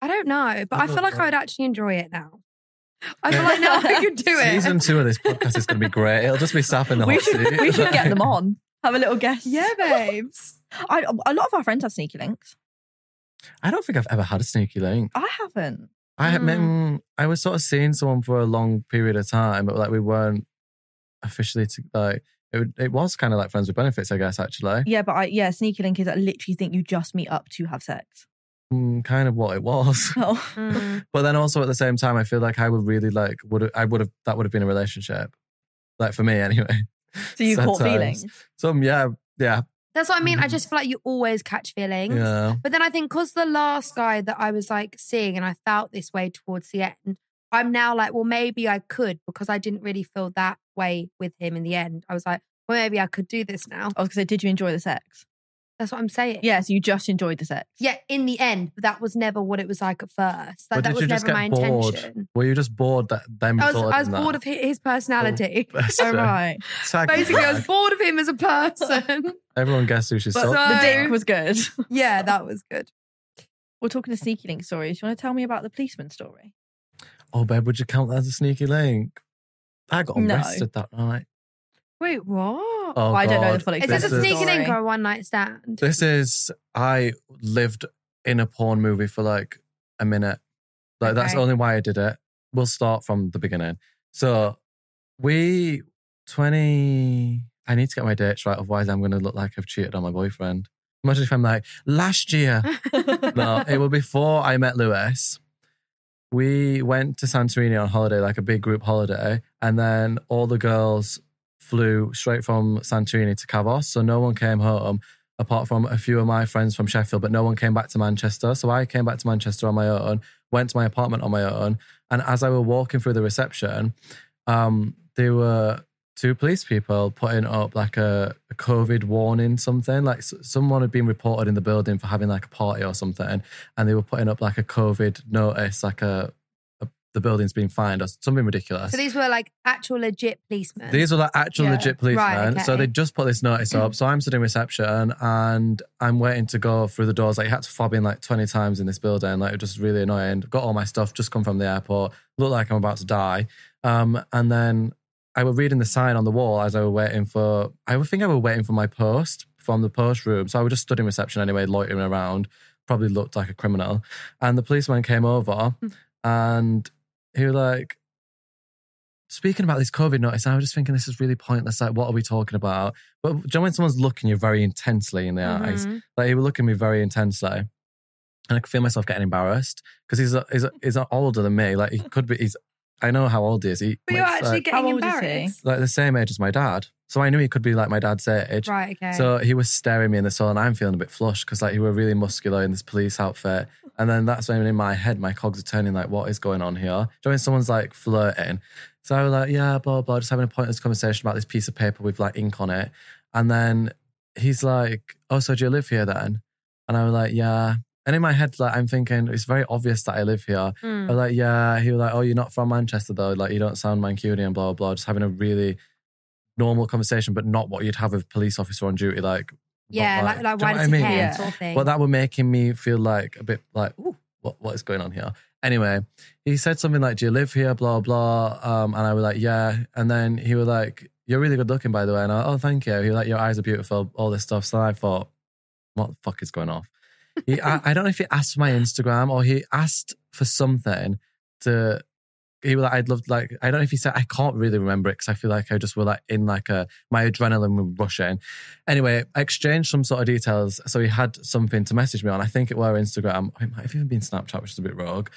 I don't know, but I I feel don't like know. I would actually enjoy it now. I (laughs) feel like now I could do it. Season two of this podcast is going to be great. It'll just be Saf in (laughs) the We hot should. seat. we should get them (laughs) on. Have a little guess. (laughs) Yeah, babes. (laughs) I, a lot of our friends have sneaky links. I don't think I've ever had a sneaky link. I haven't. I Mm. mean, I was sort of seeing someone for a long period of time, but like we weren't officially to, like it. would- It was kind of like friends with benefits, I guess. Actually, Yeah, but I yeah, sneaky link is I literally think you just meet up to have sex. (laughs) Mm, kind of what it was. Oh, Mm. But then also at the same time, I feel like I would really like would I would have that would have been a relationship, like for me anyway. so (laughs) you caught Sometimes. feelings. Some yeah yeah That's what I mean. I Mm-hmm. just feel like you always catch feelings. yeah. But then I think because the last guy that I was like seeing and I felt this way towards the end, I'm now like, well, maybe I could because I didn't really feel that way with him in the end. I was like, well, maybe I could do this now. I was gonna say, did you enjoy the sex? That's what I'm saying. Yeah, so you just enjoyed the sex. Yeah, in the end, but that was never what it was like at first. Like, But that did was you never just my get bored? intention. Were you just bored that them? I was, resulted I was in that? bored of hi- his personality. (laughs) Oh, right. Tag me Basically, I back. was bored of him as a (laughs) person. (laughs) Everyone guess who she's But so, the So- dick was good. (laughs) yeah, that was good. We're talking to sneaky link stories. You want to tell me about the policeman story? Oh, babe, would you count that as a sneaky link? I got No. arrested that night. Wait, what? Oh, I don't know God. the full is existence. this a this is- sneaking in or a one night stand? (laughs) This is I lived in a porn movie for like a minute. Like that's Okay. only why I did it. We'll start from the beginning. So we twenty. I need to get my dates right, otherwise I'm going to look like I've cheated on my boyfriend. Imagine if I'm like last year. no, it was before I met Lewis. We went to Santorini on holiday, like a big group holiday, and then all the girls flew straight from Santorini to Cavos, so no one came home apart from a few of my friends from Sheffield, but no one came back to Manchester. So I came back to Manchester on my own, went to my apartment on my own, and as I were walking through the reception, um, there were two police people putting up like a, a COVID warning, something like s- someone had been reported in the building for having like a party or something, and they were putting up like a COVID notice, like a, a the building's been fined or something ridiculous. So these were like actual legit policemen. These were like actual Yeah. legit policemen. Right, okay. So they just put this notice up. So I'm sitting in reception and I'm waiting to go through the doors. Like you had to fob in like 20 times in this building. Like it was just really annoying. Got all my stuff, just come from the airport. Looked like I'm about to die. Um, and then I were reading the sign on the wall as I were waiting for, I would think I were waiting for my post from the post room. So I would just stood in reception anyway, loitering around. Probably looked like a criminal. And the policeman came over Hmm. and he was like, speaking about this COVID notice, I was just thinking this is really pointless. Like, what are we talking about? But do you know when someone's looking you very intensely in the eyes? Mhm. Like, he was looking at me very intensely. And I could feel myself getting embarrassed because he's, he's he's older than me. Like he could be. He's I know how old he is. He, Hmm. But you're like, actually like, getting How old is he? embarrassed. like the same age as my dad, so I knew he could be like my dad's age. Right, okay. So he was staring me in the soul, and I'm feeling a bit flushed because like he were really muscular in this police outfit. And then that's when in my head my cogs are turning like, what is going on here? Do you know when someone's like flirting? So I was like, yeah, blah blah, just having a pointless conversation about this piece of paper with like ink on it. And then he's like, oh, so do you live here then? And I was like, yeah. And in my head, like I'm thinking, it's very obvious that I live here. I Mm. was like, yeah. He was like, oh, you're not from Manchester though. Like, you don't sound Mancunian, blah, blah, blah. Just having a really normal conversation, but not what you'd have with a police officer on duty. Like, yeah, not like, like do you why know does what he I care? mean? Yeah. Sort of thing. But that were making me feel like a bit like, ooh, what, what is going on here? Anyway, he said something like, do you live here? Blah, blah. Um, and I was like, yeah. And then he was like, you're really good looking, by the way. And I oh, thank you. He was like, your eyes are beautiful, all this stuff. So I thought, what the fuck is going on? He, I, I don't know if he asked for my Instagram or he asked for something to he was like, I'd loved like I don't know if he said I can't really remember it because I feel like I just were like in like a my adrenaline was rushing. Anyway, I exchanged some sort of details, so he had something to message me on. I think it were Instagram. It might have even been Snapchat, which is a bit rogue.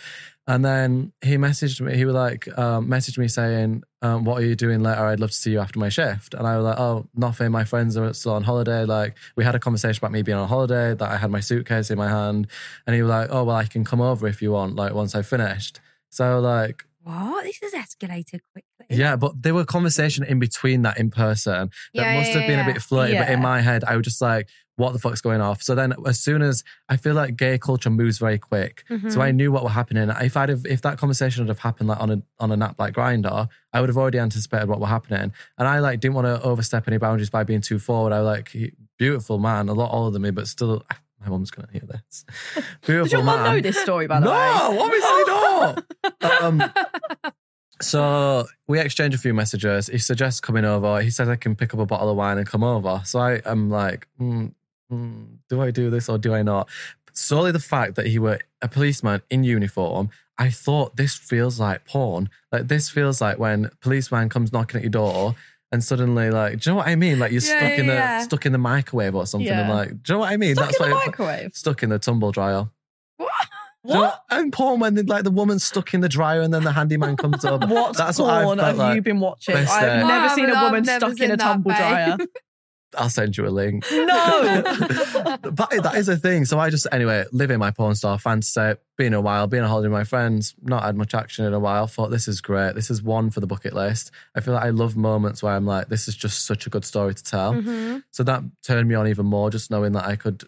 And then he messaged me. He was like, um, messaged me saying, um, "What are you doing later? I'd love to see you after my shift." And I was like, "Oh, nothing. My friends are still on holiday. Like, we had a conversation about me being on holiday. That I had my suitcase in my hand." And he was like, "Oh, well, I can come over if you want. Like, once I've finished." So like, What? This has escalated quickly. yeah, but there were conversation in between that in person that Yeah, must yeah, have been yeah. a bit flirty. But Yeah. in my head, I was just like, "What the fuck's going off?" So then, as soon as I feel like gay culture moves very quick, so Mm-hmm. I knew what were happening. If I'd have, if that conversation would have happened like on a on an app like Grinder, I would have already anticipated what were happening. And I like didn't want to overstep any boundaries by being too forward. I was like "He- beautiful man, a lot older than me, but still, ah, my mum's gonna hear (laughs) this. Beautiful Did your man. mum know this story, by the way? (laughs) No, obviously not. Um, so we exchange a few messages. He suggests coming over. He says I can pick up a bottle of wine and come over. So I am like, hmm, hmm, do I do this or do I not? Solely the fact that he were a policeman in uniform, I thought this feels like porn. Like this feels like when a policeman comes knocking at your door and suddenly like, do you know what I mean? Like you're Yeah, stuck in the yeah, yeah. stuck in the microwave or something. And Yeah. like, do you know what I mean? Stuck in the what it- microwave. stuck in the tumble dryer. What? Do you know and porn when they, like the woman's stuck in the dryer and then the handyman comes (laughs) (laughs) up. What That's what I porn felt have like. you been watching? Best I've day. never seen a I've woman never stuck seen in a that, tumble babe. dryer. (laughs) I'll send you (laughs) a link. (laughs) No. but that is a thing. So I just anyway living my porn star fantasy, being a while, being a holiday with my friends, not had much action in a while. Thought this is great. This is one for the bucket list. I feel like I love moments where I'm like, this is just such a good story to tell. Mm-hmm. So that turned me on even more, just knowing that I could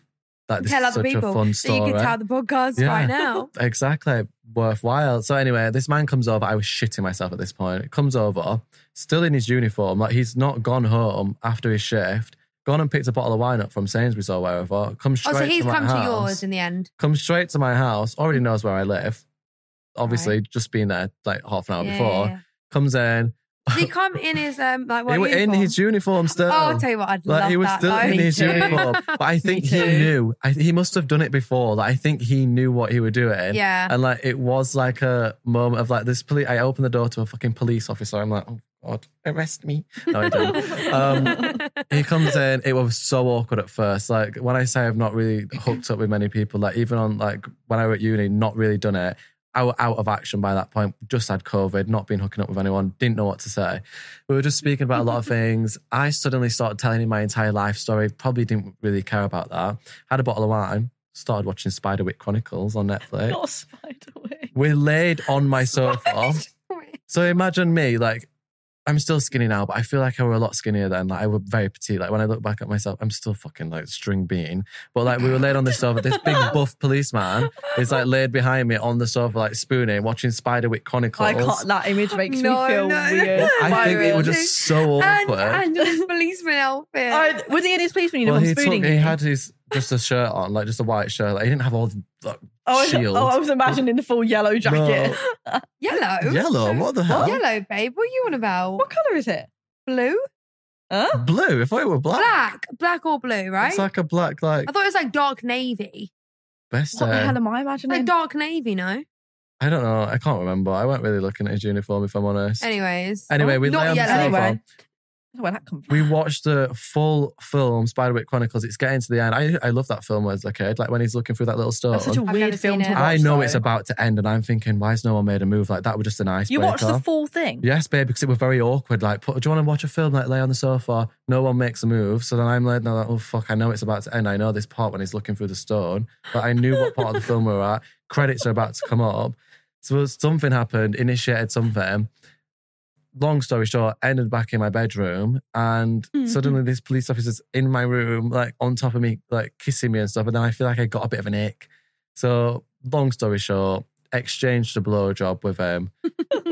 that this Tell is other such people. a fun so story. you can tell the podcast Yeah. right (laughs) now. Oh, Exactly. Worthwhile. So anyway, this man comes over. I was shitting myself at this point. He comes over, still in his uniform. Like he's not gone home after his shift. Gone and picked a bottle of wine up from Sainsbury's or wherever. Comes Oh, so straight he's to my come to house. yours in the end. comes straight to my house. Already knows where I live. Obviously, just been there like half an hour Yeah, before. yeah, yeah. Comes in. Did (laughs) he come in his um like what he was in uniform? his uniform still. Oh, I'll tell you what, I'd Like love he was that. still though. (laughs) in his too. uniform, but I think he too. knew. I, he must have done it before. Like I think he knew what he were doing. Yeah. (laughs) and like it was like a moment of like this. Police. I opened the door to a fucking police officer. I'm like, oh god, arrest me. No, (laughs) I don't. um, he comes in. It was so awkward at first. Like when I say I've not really hooked up with many people, like even on like when I were at uni, not really done it. I were out of action by that point. Just had COVID, not been hooking up with anyone, didn't know what to say. We were just speaking about a lot of things. I suddenly started telling him my entire life story. Probably didn't really care about that. Had a bottle of wine. Started watching Spiderwick Chronicles on Netflix. Not spiderwig. We're laid (laughs) on my sofa. So imagine me, like, I'm still skinny now, but I feel like I were a lot skinnier then. Like, I were very petite. Like, when I look back at myself, I'm still fucking like string bean. But like, we were laid on this sofa. This (laughs) big buff policeman is like laid behind me on the sofa, like spooning, watching Spiderwick Chronicles. Oh, I can't. That image makes No, me feel no. (laughs) weird. I think it Byron. was just so and, awkward. and in his policeman outfit. I- was he in his policeman well, uniform he, took, spooning he you? had his just a shirt on, like just a white shirt. Like, he didn't have all the like, oh, I- shield. oh, I was imagining the full yellow (laughs) jacket. No. yellow. Yellow, what the hell? Yellow, babe. (laughs) What are you on about? What colour is it? Blue? Huh? Blue, if I were black. Black. Black or blue, right? It's like a black, like, I thought it was like dark navy. best What the day. hell am I It's like imagining? dark navy, no? I don't know. I can't remember. I weren't really looking at his uniform, if I'm honest. Anyways. Anyway, Oh, we lay not on the yellow. sofa. Anyway. Where that come from? We watched the full film, Spiderwick Chronicles. It's getting to the end. I, I love that film as a kid, like when he's looking through that little stone. That's such a I've never weird film seen to it. watch. I know though. it's about to end, and I'm thinking, why has no one made a move like that? We're just an icebreaker. You watched the full thing. Yes, babe, because it was very awkward. Like, put, do you want to watch a film? Like, lay on the sofa. No one makes a move. So then I'm like, no, like, oh fuck, I know it's about to end. I know this part when he's looking through the stone, but I knew what part of the film we were at. Credits are about to come up. So something happened, initiated something. Long story short, ended back in my bedroom, and suddenly this police officer's in my room, like on top of me, like kissing me and stuff. And then I feel like I got a bit of an ick. So long story short, exchanged a blowjob with him.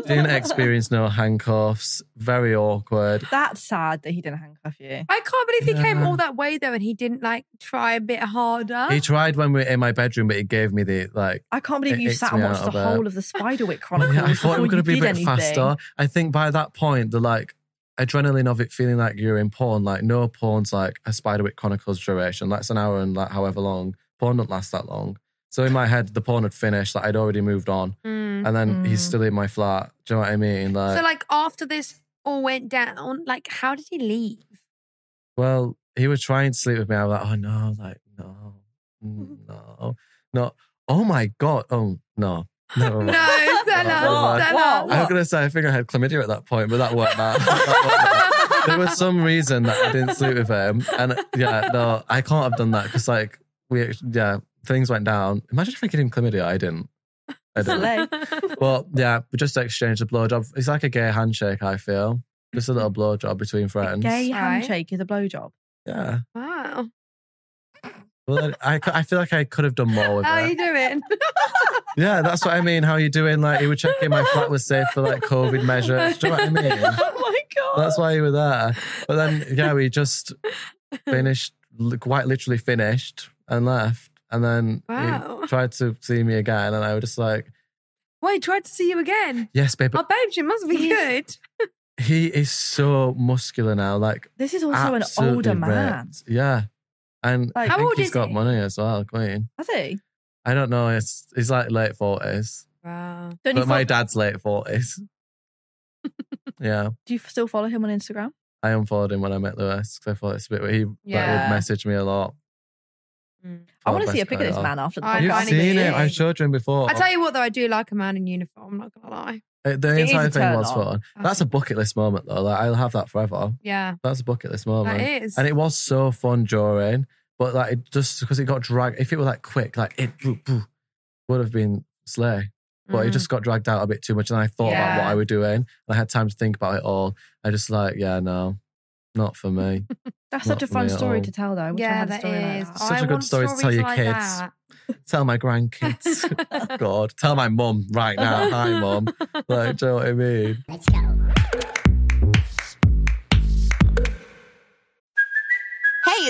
Didn't experience no handcuffs. Very awkward. (laughs) That's sad that he didn't handcuff you. I can't believe he came Yeah. all that way though and he didn't like try a bit harder. He tried when we were in my bedroom, but he gave me the like. I can't believe It you icks sat me and out watched the a bit. whole (laughs) of the Spiderwick Chronicles. Yeah, I thought it before was going to you be a did bit anything. faster. I think by that point, the like adrenaline of it feeling like you're in porn, like no porn's like a Spiderwick Chronicles duration. That's an hour and like however long. Porn do not last that long. So in my head, the porn had finished. Like I'd already moved on, and then Mm-hmm. he's still in my flat. Do you know what I mean? Like, Hmm. So, like, after this all went down, like, how did he leave? (laughs) well, he was trying to sleep with me. I was like, oh no, like no, mm, no, no. Oh my god, oh no, never mind. (laughs) No, Stella, What? Stella. I was gonna say I think I had chlamydia at that point, but that worked out. (laughs) That worked out. there was some reason that I didn't sleep with him, and yeah, no, I can't have done that because like we, act- yeah, things went down. Imagine if I gave him chlamydia, I didn't. I didn't. (laughs) Slay. Well, yeah, we just exchanged a blowjob. It's like a gay handshake. I feel just a little blowjob between friends. Gay Right. handshake is a blowjob. Yeah. Wow. Well, I, I feel like I could have done more with How it. you doing? Yeah, that's what I mean. How you doing? Like, you were checking my flat was safe for like COVID measures. Do you know what I (laughs) mean? Oh my god. That's why you were there. But then, yeah, we just finished, li- quite literally finished and left. And then Wow. he tried to see me again. And I was just like, Wait, tried to see you again. yes, babe. Oh, But babes, you must be good. Oh. he is so muscular now. Like, This is also an absolutely older man. ripped. Yeah. And Like- I How think old he's is got he? money as well, Queen. Has he? I don't know. It's he's like late 40s. Wow. Don't you But my fol- dad's late (laughs) 40s. yeah. do you still follow him on Instagram? I unfollowed him when I met Lewis because I thought it's a bit weird. He like, Yeah. would message me a lot. Mm. I want to see a pic of this man after the I Oh, You've find it seen amazing. him. I've showed you him before. I tell you what, though, I do like a man in uniform. I'm not gonna lie. Uh, the It is entire a thing turn was on. fun. That's a bucket list moment though. Like I'll have that forever. Yeah, That's a bucket list moment. that is. And it was so fun during, but like it just because it got dragged. If it were like quick, like it would have been slay. But it Mm-hmm. Mhm. just got dragged out a bit too much, and I thought about Yeah. what I were doing. and I had time to think about it all. I just like, yeah, no, not (laughs) for me. That's Not such a for fun me at story all. to tell, though. I wish I yeah, had a that story is. like Such that. a I good want story to tell stories your like kids. that. Tell my (laughs) grandkids. (laughs) God, tell my mum right now. Hi, mum. Like, do you know what (laughs) I mean? Hey,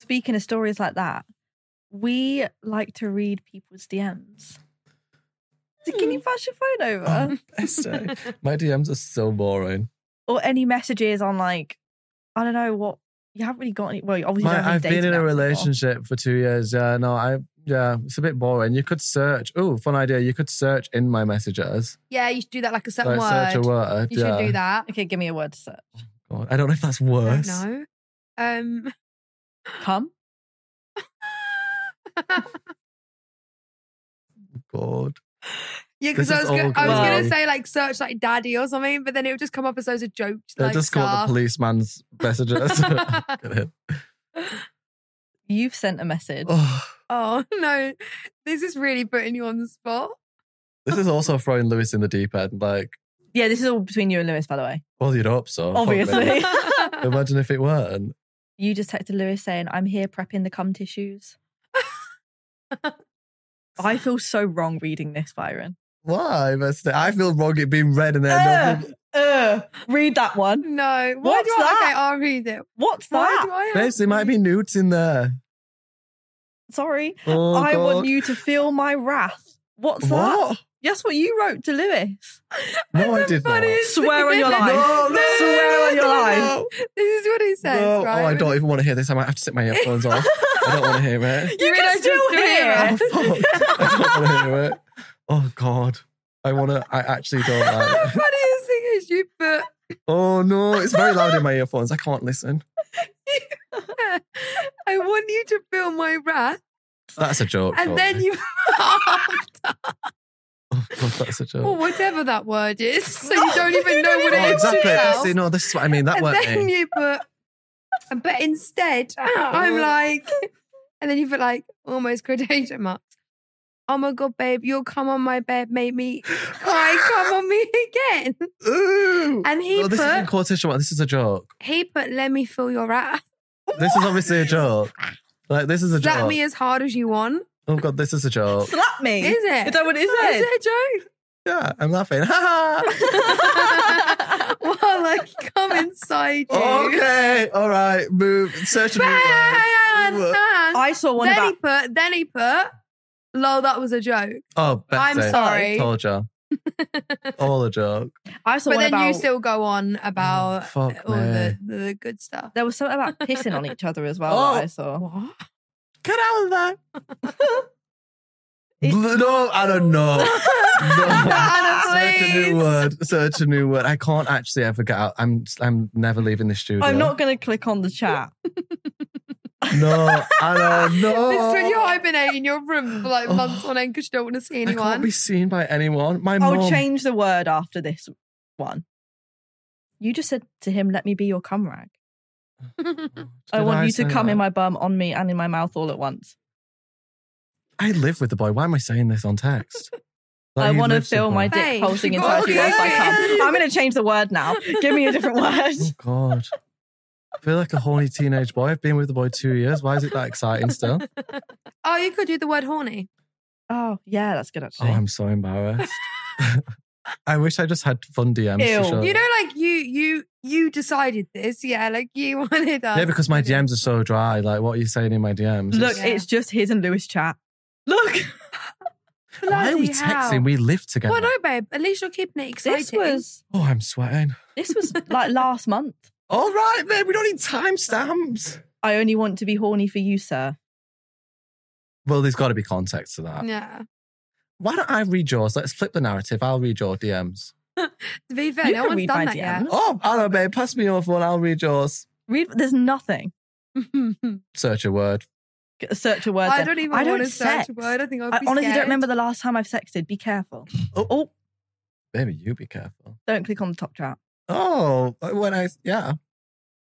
Speaking of stories like that, we like to read people's DMs. So can Hmm. you pass your phone (laughs) Oh, over? Esther, my DMs are so boring. or any messages on like, I don't know what you haven't really got any. Well, you obviously, My- don't have I've been dating in a apps anymore. relationship for two years. Yeah, no, I yeah, it's a bit boring. You could search. Oh, fun idea. You could search in my messages. Yeah, you should do that like a certain Like word. search a word. You yeah. should do that. Okay, give me a word to search. God, I don't know if that's I don't worse. know. Um, (laughs) Come. God. yeah, because This I is was go- all I was gonna good. say like search like daddy or something, but then it would just come up as loads of jokes. They like, just got stuff. the policeman's (laughs) messages. (laughs) You've sent a message. oh, Oh (laughs) no, this is really putting you on the spot. this is also throwing Lewis in the deep end. Like, Yeah, this is all between you and Lewis, by the way. well, you'd hope so. Fuck me. Obviously. (laughs) Imagine if it weren't. You just texted Lewis saying, I'm here prepping the cum (laughs) tissues. I feel so wrong reading this, Byron. Why, Esther? I feel wrong it being read and then. Uh, read that one. (laughs) no, why What's do I? that? Okay, I'll read it. What's Why that? do I? have Babes, there might to- be newts in there. Sorry. Oh, I God. want you to feel my wrath. What's that? What? That's what you wrote to Lewis. (laughs) No, I did not. funniest Swear on your thing- life. No, no, Swear on your life. This is what he says, No. right? Oh, I don't even want to hear this. I might have to take my earphones off. I don't want to hear (laughs) (laughs) it. You can realise still you're hear doing Oh, fuck. I don't want to hear it. Oh God, I want to. I actually (laughs) don't. the Like it. funniest thing is you put (laughs) Oh no, it's very loud in my earphones. I can't listen. I want you to feel my wrath. That's a joke. And then Courtney. you (laughs) Oh, God, that's a joke. or whatever that word is. So you don't even know what it Oh, is. exactly. yourself. See, no, this is what I mean. That and weren't then me. Uh. you put but instead (laughs) I'm like (laughs) and then you put like almost quotation marks. Oh my god, babe, you'll come on my bed, make me cry, come on me (laughs) again. And he No, this isn't put quotation mark. This is a joke. he put let me feel your wrath. This is obviously a joke. Like this is a Slap joke. me as hard as you want. oh god, this is (laughs) a joke. Slap me. Is it? Is that what it is? Is it a joke? (laughs) yeah, I'm laughing. (laughs) Ha well, like (laughs) come inside you. ha. Okay, all right. Move. Search and But move on. hang on, hang What? on. I saw one Then about he put then he put lol, that was a joke. Oh, Betsy. I'm sorry. (laughs) Told you. All a joke. I saw but one then about you still go on about Oh, fuck all the, me. the good (laughs) stuff. there was something about pissing on each other as well Oh. that I saw. What? Get out of (laughs) there. Bl- no, I don't know. (laughs) (laughs) Anna, No. Search a please. new word. Search a new word. I can't actually ever get out. I'm I'm never leaving the studio. I'm not going to click on the chat. No, Anna, no. This is when you're hibernating in your room for like Oh. months on end because you don't want to see I can't anyone. be seen by anyone. My I'll mom. change the word after this one. You just said to him, "Let me be your cum rag." I Did want you say to come that? in my bum, on me, and in my mouth all at once. I live with the boy. Why am I saying this (laughs) on text? I Like, he want to lives with Oh, feel the my boy. dick Hey, pulsing you inside you got whilst I it. come. I'm going to change the word now. Give me a different (laughs) word. Oh God. I feel like a horny teenage boy. I've been with the boy two years. Why is it that exciting (laughs) still? oh, you could do the word horny. Oh, yeah, that's good Oh, actually. I'm so embarrassed. (laughs) I wish I just had fun DMs. to Ew. show. You know, like you, you, you decided this. Yeah, like you (laughs) wanted us. yeah, because my to do- DMs are so dry. Like, what are you saying in my DMs? Look, It's- Yeah. it's just his and Lewis chat. Look, why are we Bloody texting? hell. We live together. Well, no, babe. At least you're keeping it exciting. (laughs) this was Oh, I'm sweating. this was like last month. All right, babe. We don't need timestamps. I only want to be horny for you, sir. Well, there's got to be context to that. Yeah. Why don't I read yours? Let's flip the narrative. I'll read your DMs. To be fair, You no can one's read done my that yet. DMs. Oh, I know, babe. Pass me your phone. I'll read yours. Read. There's nothing. (laughs) Search a word. Get- Search a word. I then. don't even I want don't to search a sex. word. I think I'd I be honestly scared. don't remember the last time I've sexted. Be careful. Oh. oh, Baby, you be careful. don't click on the top chat. Oh, when I yeah.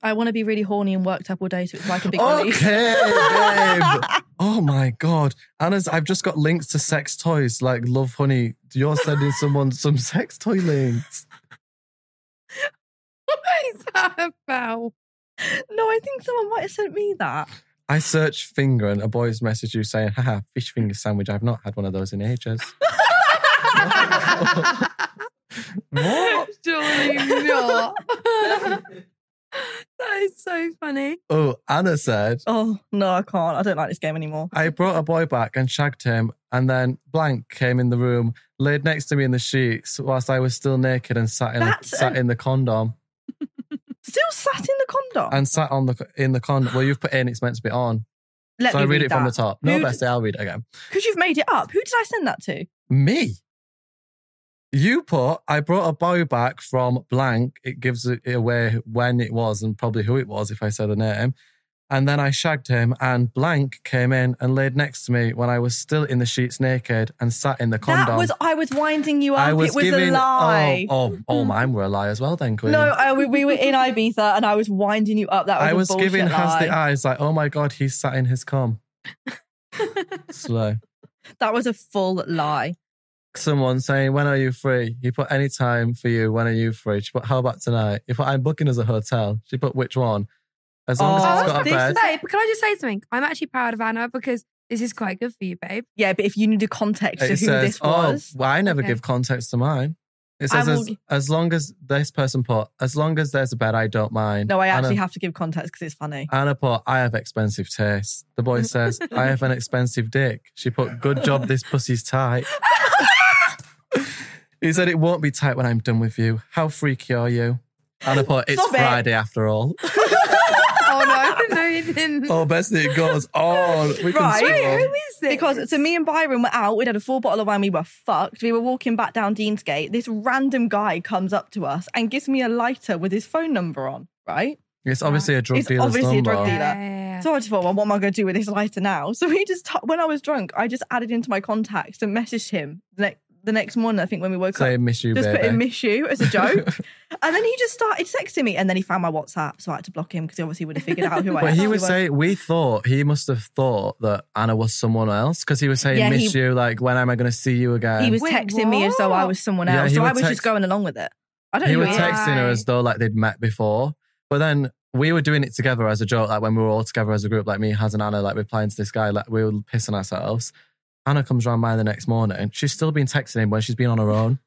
I want to be really horny and worked up all day, so it's like a big release. Okay, (laughs) babe. Oh my god, Anna's. I've just got links to sex toys like Love Honey. You're sending someone (laughs) some sex toy links. What is that about? No, I think someone might have sent me (laughs) that. I search finger and a boy's message you saying, "Haha, fish finger sandwich." I've not had one of those in ages. (laughs) (laughs) what? Surely (laughs) not. (laughs) that is so funny. Oh, Anna said. Oh no, I can't. I don't like this game anymore. I brought a boy back and shagged him, and then blank came in the room, laid next to me in the sheets whilst I was still naked and sat in the, That's sat in the condom Still sat in the condom. and sat on the in the condom. Well, you've put in it's meant to be on, Let so me I read, it from the that. top. No, Who'd- Bessie, I'll read it again. Because you've made it up. Who did I send that to? Me. You put, I brought a boy back from blank. It gives it away when it was and probably who it was if I said the name. And then I shagged him, and blank came in and laid next to me when I was still in the sheets naked and sat in the condom. That was I was winding you up. I was it was giving, a lie. Mm-hmm. Oh, oh, oh, mine were a lie as well, then, Queen. No, I, we, we were in Ibiza and I was winding you up. That was I a was bullshit giving has lie. the eyes like, oh my god, he's sat in his (laughs) cum. Slow. That was a full lie. Someone saying, when are you free? He put any time for you. When are you free? She put, how about tonight? He put, I'm booking as a hotel. She put, which one? As long Oh, as Oh, it's got a this bed. is- Babe, can I just say something? I'm actually proud of Anna because this is quite good for you, babe. Yeah, but if you need a context to who It says, this oh, was, well, I never Okay. give context to mine. It I says, as, will- as long as this person put, as long as there's a bed, I don't mind. no, I Anna- actually have to give context because it's funny. Anna put, I have expensive taste. The boy says, I have an expensive dick. She put, good job, this pussy's tight. (laughs) he said, it won't be tight when I'm done with you. How freaky are you? Anna put, it's Stop it. (laughs) Friday after all. Oh no. don't know anything. Oh, Bessie, it goes on. We can Right. scroll. Who is this? Because so me and Byron were out, we'd had a full bottle of wine, we were fucked. We were walking back down Deansgate. This random guy comes up to us and gives me a lighter with his phone number on, right? It's obviously a drug it's dealer's obviously a number. drug dealer. Oh. Yeah, yeah, yeah. So I just thought, well, what am I going to do with this lighter now? (laughs) So he just, when I was drunk, I just added into my contacts and messaged him the, ne- the next morning. I think when we woke Say, up, miss you, just baby. put in miss you as a (laughs) joke, and then he just started texting me, and then he found my WhatsApp, so I had to block him because he obviously would have figured out who I. But he actually would was. say, we thought, he must have thought that Anna was someone else because he was saying, Yeah, miss he- you, like, when am I going to see you again? he was Wait, texting me as though I was someone Yeah, else, he so would I was text- just going along with it. I don't he know. was who he is. texting her Right. as though like they'd met before. But then we were doing it together as a joke, like when we were all together as a group, like me, Haz and Anna, like replying to this guy, like we were pissing ourselves. Anna comes round by the next morning. She's still been texting him when she's been on her own.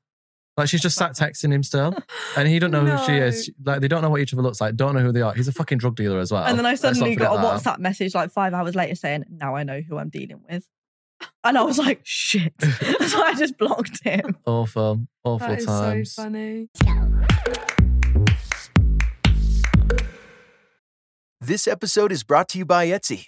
Like she's just sat texting (laughs) him still, and he don't know who she is. She- Like they don't know what each other looks like. Don't know who they are. He's a fucking drug dealer as well. And then I Let's Oh, not suddenly got a forget that. WhatsApp message like five hours later saying, now I know who I'm dealing with. And I was like, (laughs) shit. (laughs) so I just blocked him. Awful, awful That is times. so funny. This episode is brought to you by Etsy.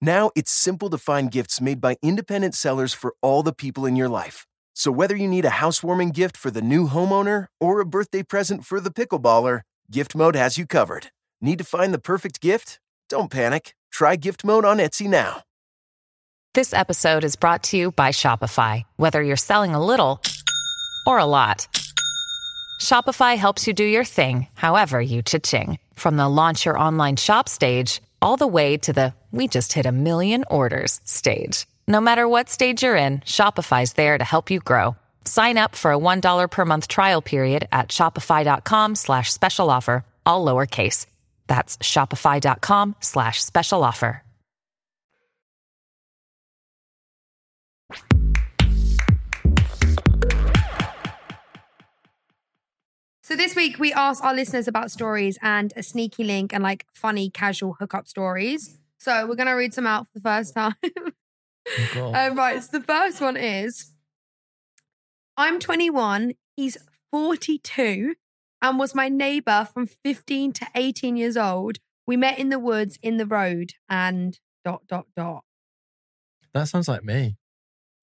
Now it's simple to find gifts made by independent sellers for all the people in your life. So whether you need a housewarming gift for the new homeowner or a birthday present for the pickleballer, Gift Mode has you covered. Need to find the perfect gift? Don't panic. Try Gift Mode on Etsy now. This episode is brought to you by Shopify. Whether you're selling a little or a lot, Shopify helps you do your thing, however you cha-ching. From the launch your online shop stage, all the way to the we just hit a million orders stage. No matter what stage you're in, Shopify's there to help you grow. Sign up for a $1 per month trial period at shopify.com slash special offer, all lowercase. That's shopify.com slash special offer. So this week we asked our listeners about stories and a sneaky link and like funny casual hookup stories. So we're gonna read some out for the first time. Oh, God. um, right. So the first one is I'm 21, he's 42, and was my neighbor from 15 to 18 years old. We met in the woods in the road and dot dot dot. that sounds (laughs) like me.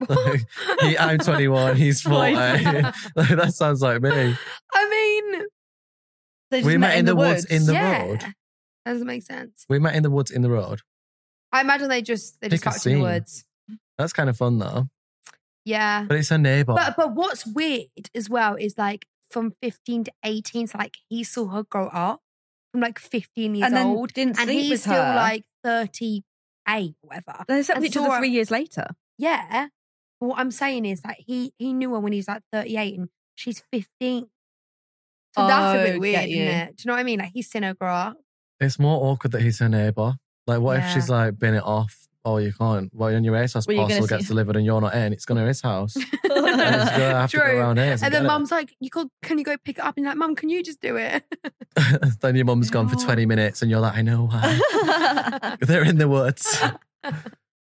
Like, (laughs) he, I'm 21. He's 40. (laughs) like, that sounds like me. I mean, They just We met in the woods in the yeah. road. That doesn't make sense. We met in the woods in the road. I imagine they just they just Pick a fucked in the scene. woods. That's kind of fun though. Yeah. But it's her neighbour. But but what's weird as well is like from 15 to 18, so like he saw her grow up from like 15 years And then old. didn't and sleep he's with still her. like 38, whatever. They sent And each saw other her- three years (laughs) later. (laughs) Yeah. But what I'm saying is that he he knew her when he was like 38 and she's 15. So that's a Oh, bit weird, get isn't you. it? Do you know what I mean? Like he's seen her grow up. it's more awkward that he's her neighbour. Like, what Yeah. if she's like, bin it off? Oh, you can't. Well, and your ASOS Well, you're gonna parcel see- gets delivered and you're not in. It's going to (laughs) his house. And he's going to have to go True. around here. to And then get it. mum's like, "You called, can you go pick it up?" And you're like, "Mum, can you just do it?" (laughs) (laughs) then your mum's gone for 20 minutes and you're like, I know (laughs) why. (laughs) I They're in the woods. (laughs)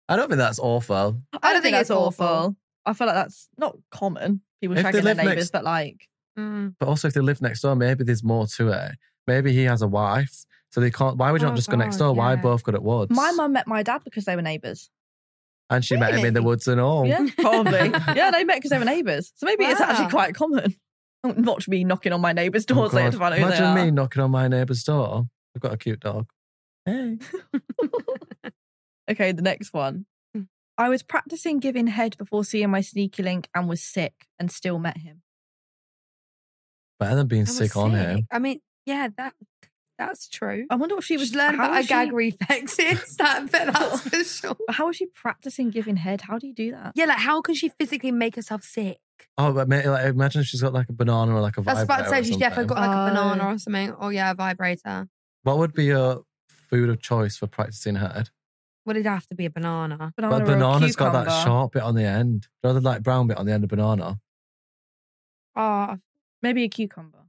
I don't think that's awful. don't think it's awful. I feel like that's not common. People If they shagging their live neighbours, next- but like, Mm. But also, if they live next door, maybe there's more to it. Maybe he has a wife. So they can't. Why would you Oh, not just go next God, door? Why yeah. both go at once? my mum met my dad because they were neighbours. And she met him in the Really? woods and all. (laughs) Yeah, probably. yeah, they met because they were neighbours. So maybe it's actually Wow. quite common. Not me knocking on my neighbours' Oh, doors later to God. find out who they Imagine are. me knocking on my neighbour's door. I've got a cute dog. Hey. Okay, the next one. Mm. I was practicing giving head before seeing my sneaky link and was sick and still met him. (laughs) Better than being That was sick on him. I mean, yeah, that that's true. I wonder if she She Oh. was was learned how about her was she- gag (laughs) reflexes. That bit, that's for sure. How is she practicing giving head? How do you do that? Yeah, like how can she physically make herself sick? Oh, but ma- like, imagine if she's got like a banana or like a vibrator. That's about to or say she's definitely got something. like a Oh. banana or something. Oh yeah, a vibrator. What would be your food of choice for practicing head? Would it have to be a banana? banana But banana's got that sharp bit on the end. Rather like brown bit on the end of banana. Uh, Oh, maybe a cucumber.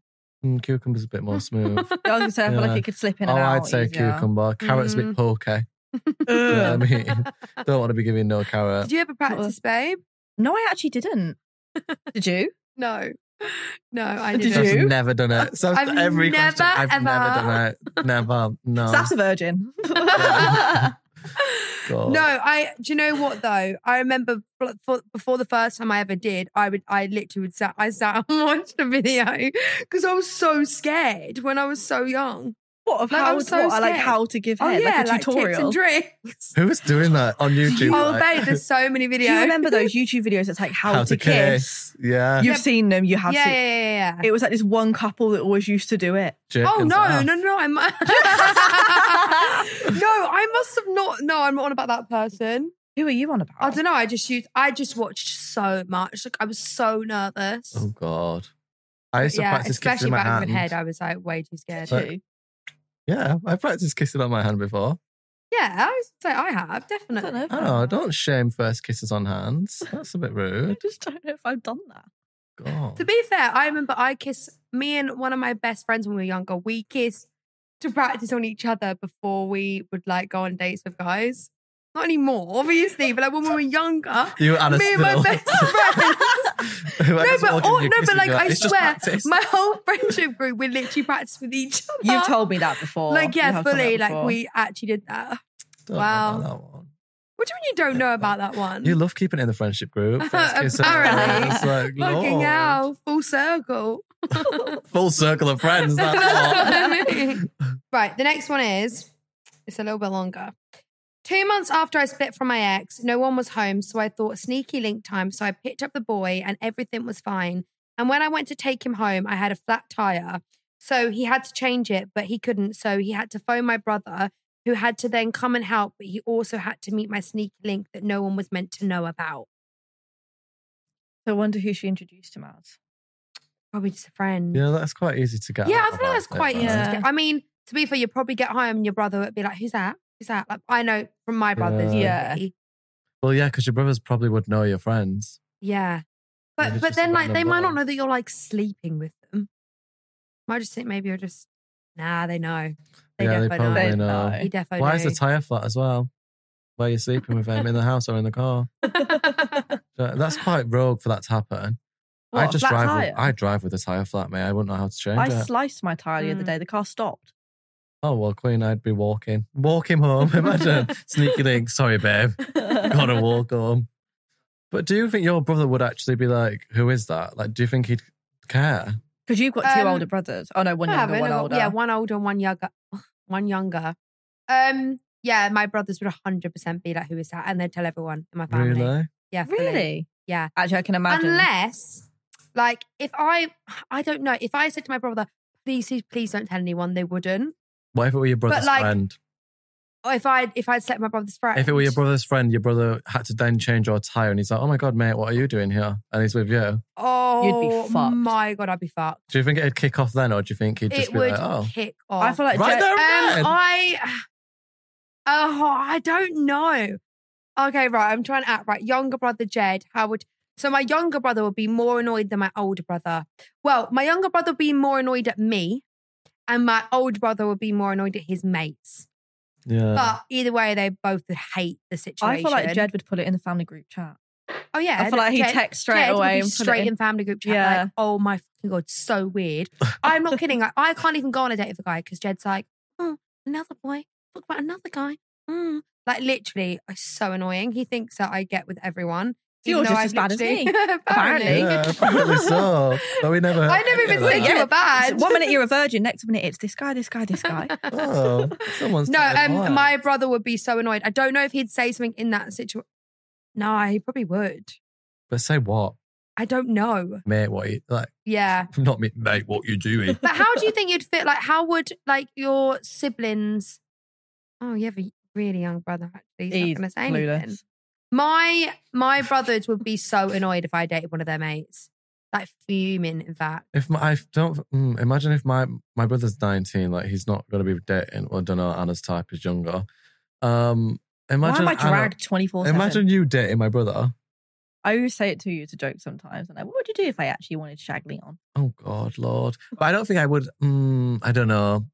Mm, cucumber's a bit more smooth. I was gonna say I feel Yeah. like it could slip in oh, and out. I'd say easier. cucumber. Carrot's a bit pokey. You know what I (laughs) mean? (laughs) Don't want to be giving no carrot. Did you ever practice, babe? No, I actually (laughs) didn't. Did you? no. (laughs) No, I Did didn't. (laughs) (laughs) I've you? never done it. So I've every never, question, I've ever. never done (laughs) it. Never. No. That's a virgin. God. No, I. Do you know what though? I remember bl- for, before the first time I ever did, I would. I literally would sat. I sat (laughs) and watched a video because I was so scared when I was so young. (laughs) What of like, I how was to- so what, like, scared. how to give oh, head, like a yeah, tips tutorial? and tricks. (laughs) Who was doing that on YouTube? oh, like- babe, there's so many Do you videos. remember (laughs) those YouTube videos that's like how, How to kiss? (laughs) Yeah. You've seen them. You have Yeah, seen. yeah, yeah, yeah. It was like this one couple that always used to do it. Jerk oh and no, stuff. no, no, no! (laughs) I'm (laughs) no, I must have not. No, I'm not on about that person. Who are you on about? I don't know. I just used. I just watched so much. Like I was so nervous. Oh God. I used to yeah, practice kissing especially in my back hand. of my head. I was like way too scared. But- Yeah, I practiced kissing on my hand before. Yeah, I would say I have definitely. don't know if Oh, I know, don't shame first kisses on hands. That's a bit I rude. just don't know if I've done that. God. To be fair, I remember I kissed me and one of my best friends when we were younger. We kissed to practice on each other before we would like go on dates with guys. Not anymore, obviously, but like when we were younger, (laughs) You and a me and my (laughs) still. best friend. I no, just but walk in, all, you no, kiss but and like go, I "It's just swear, practice." my whole friendship group we literally practiced with each other. (laughs) You've told me that before. like You yeah, have told me that fully, like before. we actually did that. Don't know wow, about that one. what do you mean you don't know about that one? You love keeping it in the friendship group. (laughs) First kiss on Apparently. hands, like, Fucking Lord. hell, full circle. Full circle of (laughs) friends. That's all. That's what (laughs) I mean. Right, the next one is it's a little bit longer. Two months after I split from my ex, no one was home, so I thought sneaky link time. So I picked up the boy and everything was fine. And when I went to take him home, I had a flat tire. So he had to change it, but he couldn't. So he had to phone my brother, who had to then come and help, but he also had to meet my sneaky link that no one was meant to know about. So I wonder who she introduced him as. Probably just a friend. Yeah, that's quite easy to get. Yeah, out I feel like of, that's isn't it, quite Bella? easy. To get. I mean, to be fair, you'd probably get home and your brother would be like, "Who's that? Who's that?" Like, I know from my brothers. Yeah. Yeah, Well, yeah, because your brothers probably would know your friends. yeah. Maybe But it's but just a then like they random might not bar. know that you're like sleeping with them. Might just think maybe you're just nah. They know. They yeah, they defo probably know. know. know. You defo Why know. is the tire flat as well? Where you're sleeping with them in the house or in (laughs) the car? So That's quite rogue for that to happen. I What, a just flat drive. tire? With, I drive with a tire flat, mate. I wouldn't know how to change I it. sliced my tire the other Mm. day. The car (laughs) stopped. oh well, Queen, I'd be walking, walk (laughs) him home. Imagine sneaky link. Sorry, babe, gotta walk home. But do you think your brother would actually be like, "Who is that?" Like, do you think he'd care? Because you've got two Um, older brothers. Oh no, one I younger, haven't. one I've got- older. Yeah, one older, one younger. (laughs) One younger. Um. Yeah, my brothers would 100% be like, "Who is that?" And they'd tell everyone in my family. Really? Yeah, fully. really? Yeah. Actually, I can imagine. Unless, like, if I, I don't know, if I said to my brother, please, please, please don't tell anyone, they wouldn't. What if it were your brother's like, friend? Or if I, if I'd slept with my brother's friend, If it were your brother's friend, your brother had to then change your tire, and he's like, "Oh my god, mate, what are you doing here?" And he's with you. oh, You'd be fucked. My God, I'd be fucked. Do you think it'd kick off then, or do you think he'd just It be would like, "Oh, kick off. I feel like right Jen- there, um, and then? I, (sighs) oh, I don't know. Okay, right. I'm trying to act right. Younger brother Jed, how would? So my younger brother would be more annoyed than my older brother. Well, my younger brother would be more annoyed at me, and my older brother would be more annoyed at his mates. yeah." But either way, they both would hate the situation. Uh. I feel like Jed would put it in the family group chat. Oh yeah, I feel like he'd Jed- text straight Jed would away be and put it straight in. in family group chat. Yeah. Like, oh my fucking god, so weird. I'm not kidding. Like, I can't even go on a date with a guy because Jed's like, oh, another boy. Talk about another guy. Mm. Like literally, it's so annoying. He thinks that I get with everyone. So you're even just though I've as bad as literally- me, (laughs) apparently. apparently. yeah, (laughs) probably so. But we never. I never even said you were bad. One minute you're a virgin, next minute it's this guy, this guy, this (laughs) guy. Oh, someone's No, um, taken mine. my brother would be so annoyed. I don't know if he'd say something in that situation. No, he probably would. But say what, I don't know. mate? What you like? Yeah. Not me, mate. What you doing? But how do you think you'd fit? Like, how would like your siblings? Oh, you have a really young brother. Actually, he's, He's not going to say anything. clueless. My my brothers would be so annoyed if I dated one of their mates. Like fuming, in fact. If my, I don't mm, imagine if my my brother's nineteen, like he's not gonna be dating. Well, I don't know. Anna's type is younger. Um, Imagine Why am I dragged 24 Imagine you dating my brother. I always say it to you to joke sometimes. And like, what would you do if I actually wanted to shag me on? Oh God, Lord! But I don't think I would. Mm, I don't know.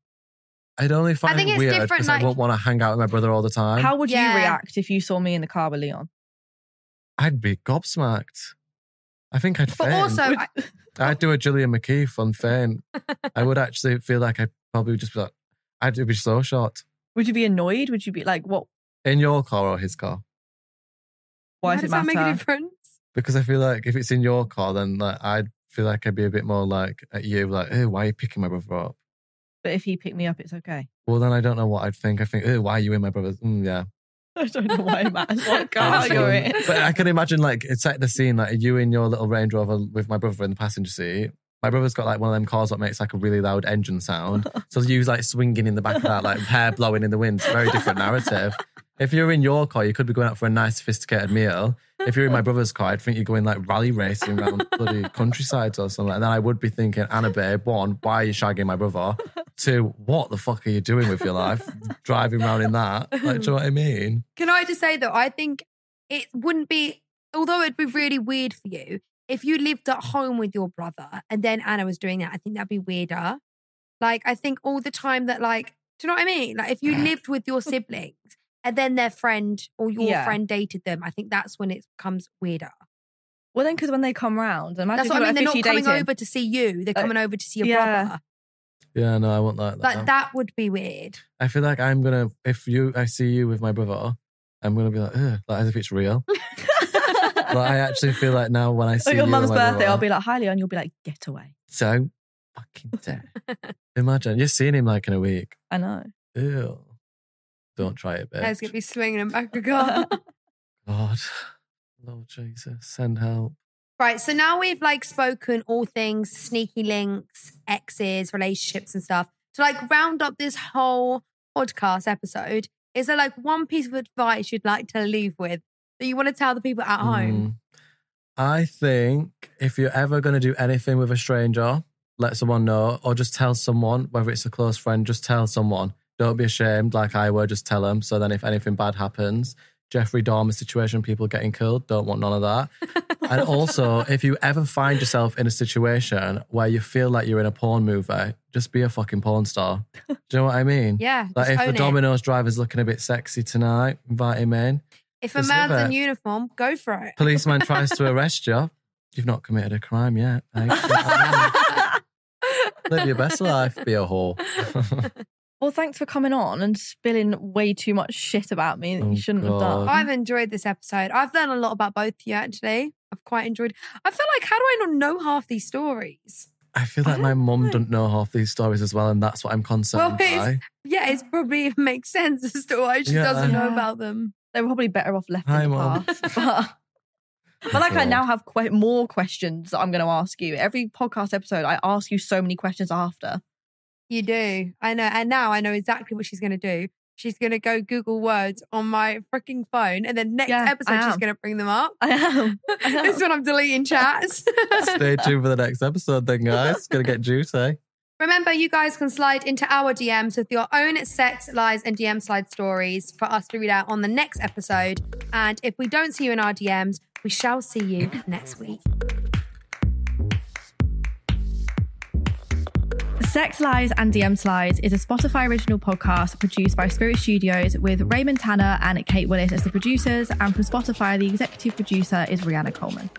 I'd only find think it it's weird different, because like- I won't want to hang out with my brother all the time. How would you react if you saw me in the car with Leon? I'd be gobsmacked. I think I'd. But faint. also, I, I'd do a Gillian McKee fun faint. I would actually feel like I'd probably just be like, I'd be so shocked. Would you be annoyed? Would you be like, what? In your car or his car? Why how does it does matter? that make a difference? Because I feel like if it's in your car, then like I'd feel like I'd be a bit more like at you, like, hey, why are you picking my brother up? But if he picked me up, it's okay. (laughs) Well, then I don't know what I'd think. I think, oh, why are you in my brother's? Mm, yeah. I don't know why it (laughs) matters what car you're in. but I can imagine like it's like the scene like you in your little Range Rover with my brother in the passenger seat. My brother's got like one of them cars that makes like a really loud engine sound. So you like swinging in the back of that, like hair blowing in the wind. It's a very different narrative. If you're in your car, you could be going out for a nice, sophisticated meal. If you're in my brother's car, I'd think you're going like rally racing around bloody countrysides or something. And then I would be thinking, Anna babe, one, why are you shagging my brother? Two, what the fuck are you doing with your life? Driving around in that. Like, do you know what I mean? Can I just say though, I think it wouldn't be, although it'd be really weird for you if you lived at home with your brother and then Anna was doing that. I think that'd be weirder. Like, I think all the time that, like, do you know what I mean? Like, if you lived with your siblings and then their friend or your Yeah. friend dated them, I think that's when it becomes weirder. Well, then, because when they come round, imagine That's if what I you're mean. like They're not 50 (laughs) coming dating. over to see you. They're Like, coming over to see your yeah. brother. Yeah, no, I wouldn't like that. Like that would be weird. I feel like I'm gonna if you I see you with my brother, I'm gonna be like, Ugh, like as if (laughs) it's real. like I actually feel like now when I see At your you mum's with my birthday, I'll brother, be like, hi, Leon. You'll be like, get away. so (laughs) fucking dare. Imagine you're seeing him like in a week. I know. Ew, don't try it, babe. That's going to be swinging him back a car. God, Lord Jesus, send help. Right, so now we've like spoken all things sneaky links, exes, relationships, and stuff. To like round up this whole podcast episode, is there like one piece of advice you'd like to leave with that you want to tell the people at home? Mm. I think if you're ever going to do anything with a stranger, let someone know or just tell someone, whether it's a close friend, just tell someone. Don't be ashamed like I were, just tell them. So then if anything bad happens, Jeffrey Dahmer situation, people getting killed, don't want none (laughs) of that. and also, if you ever find yourself in a situation where you feel like you're in a porn movie, just be a fucking porn star. Do you know what I mean? Yeah, Like just if the own it. Domino's driver's looking a bit sexy tonight, invite him in. If a Just man's live in it uniform, go for it. policeman tries to arrest you, you've not committed a crime yet. (laughs) Like, Live your best life, be a whore. Well, thanks for coming on and spilling way too much shit about me that Oh, you shouldn't have done. (laughs) God. I've enjoyed this episode. I've learned a lot about both of you actually. I've quite enjoyed. I feel like how do I not know half these stories? I feel like my mum doesn't know half these stories as well, and that's what I'm concerned Well, it's, by. yeah, (laughs) it's probably (laughs) it makes sense as to why she Yeah. doesn't know Yeah. about them. They were probably better off left Hi, in the Mum. past. (laughs) But, but like, I now have quite more questions that I'm going to ask you. Every podcast episode, I ask you so many questions after. You do. I know. And now I know exactly what she's going to do. She's going to go Google words on my freaking phone. And then next Yeah, I episode, she's am. going to bring them (laughs) up. I am. (laughs) I this is am. when I'm deleting chats. Stay tuned for the next episode, then, guys. It's gonna get eh? juicy. (laughs) Remember, you guys can slide into our DMs with your own sex, lies, and DM slide stories for us to read out on the next episode. And if we don't see you in our DMs, we shall see you next week. Sex Lies and DM Slides is a Spotify original podcast produced by Spirit Studios with Raymond Tanner and Kate Willis as the producers. And from Spotify, the executive producer is Rihanna Coleman.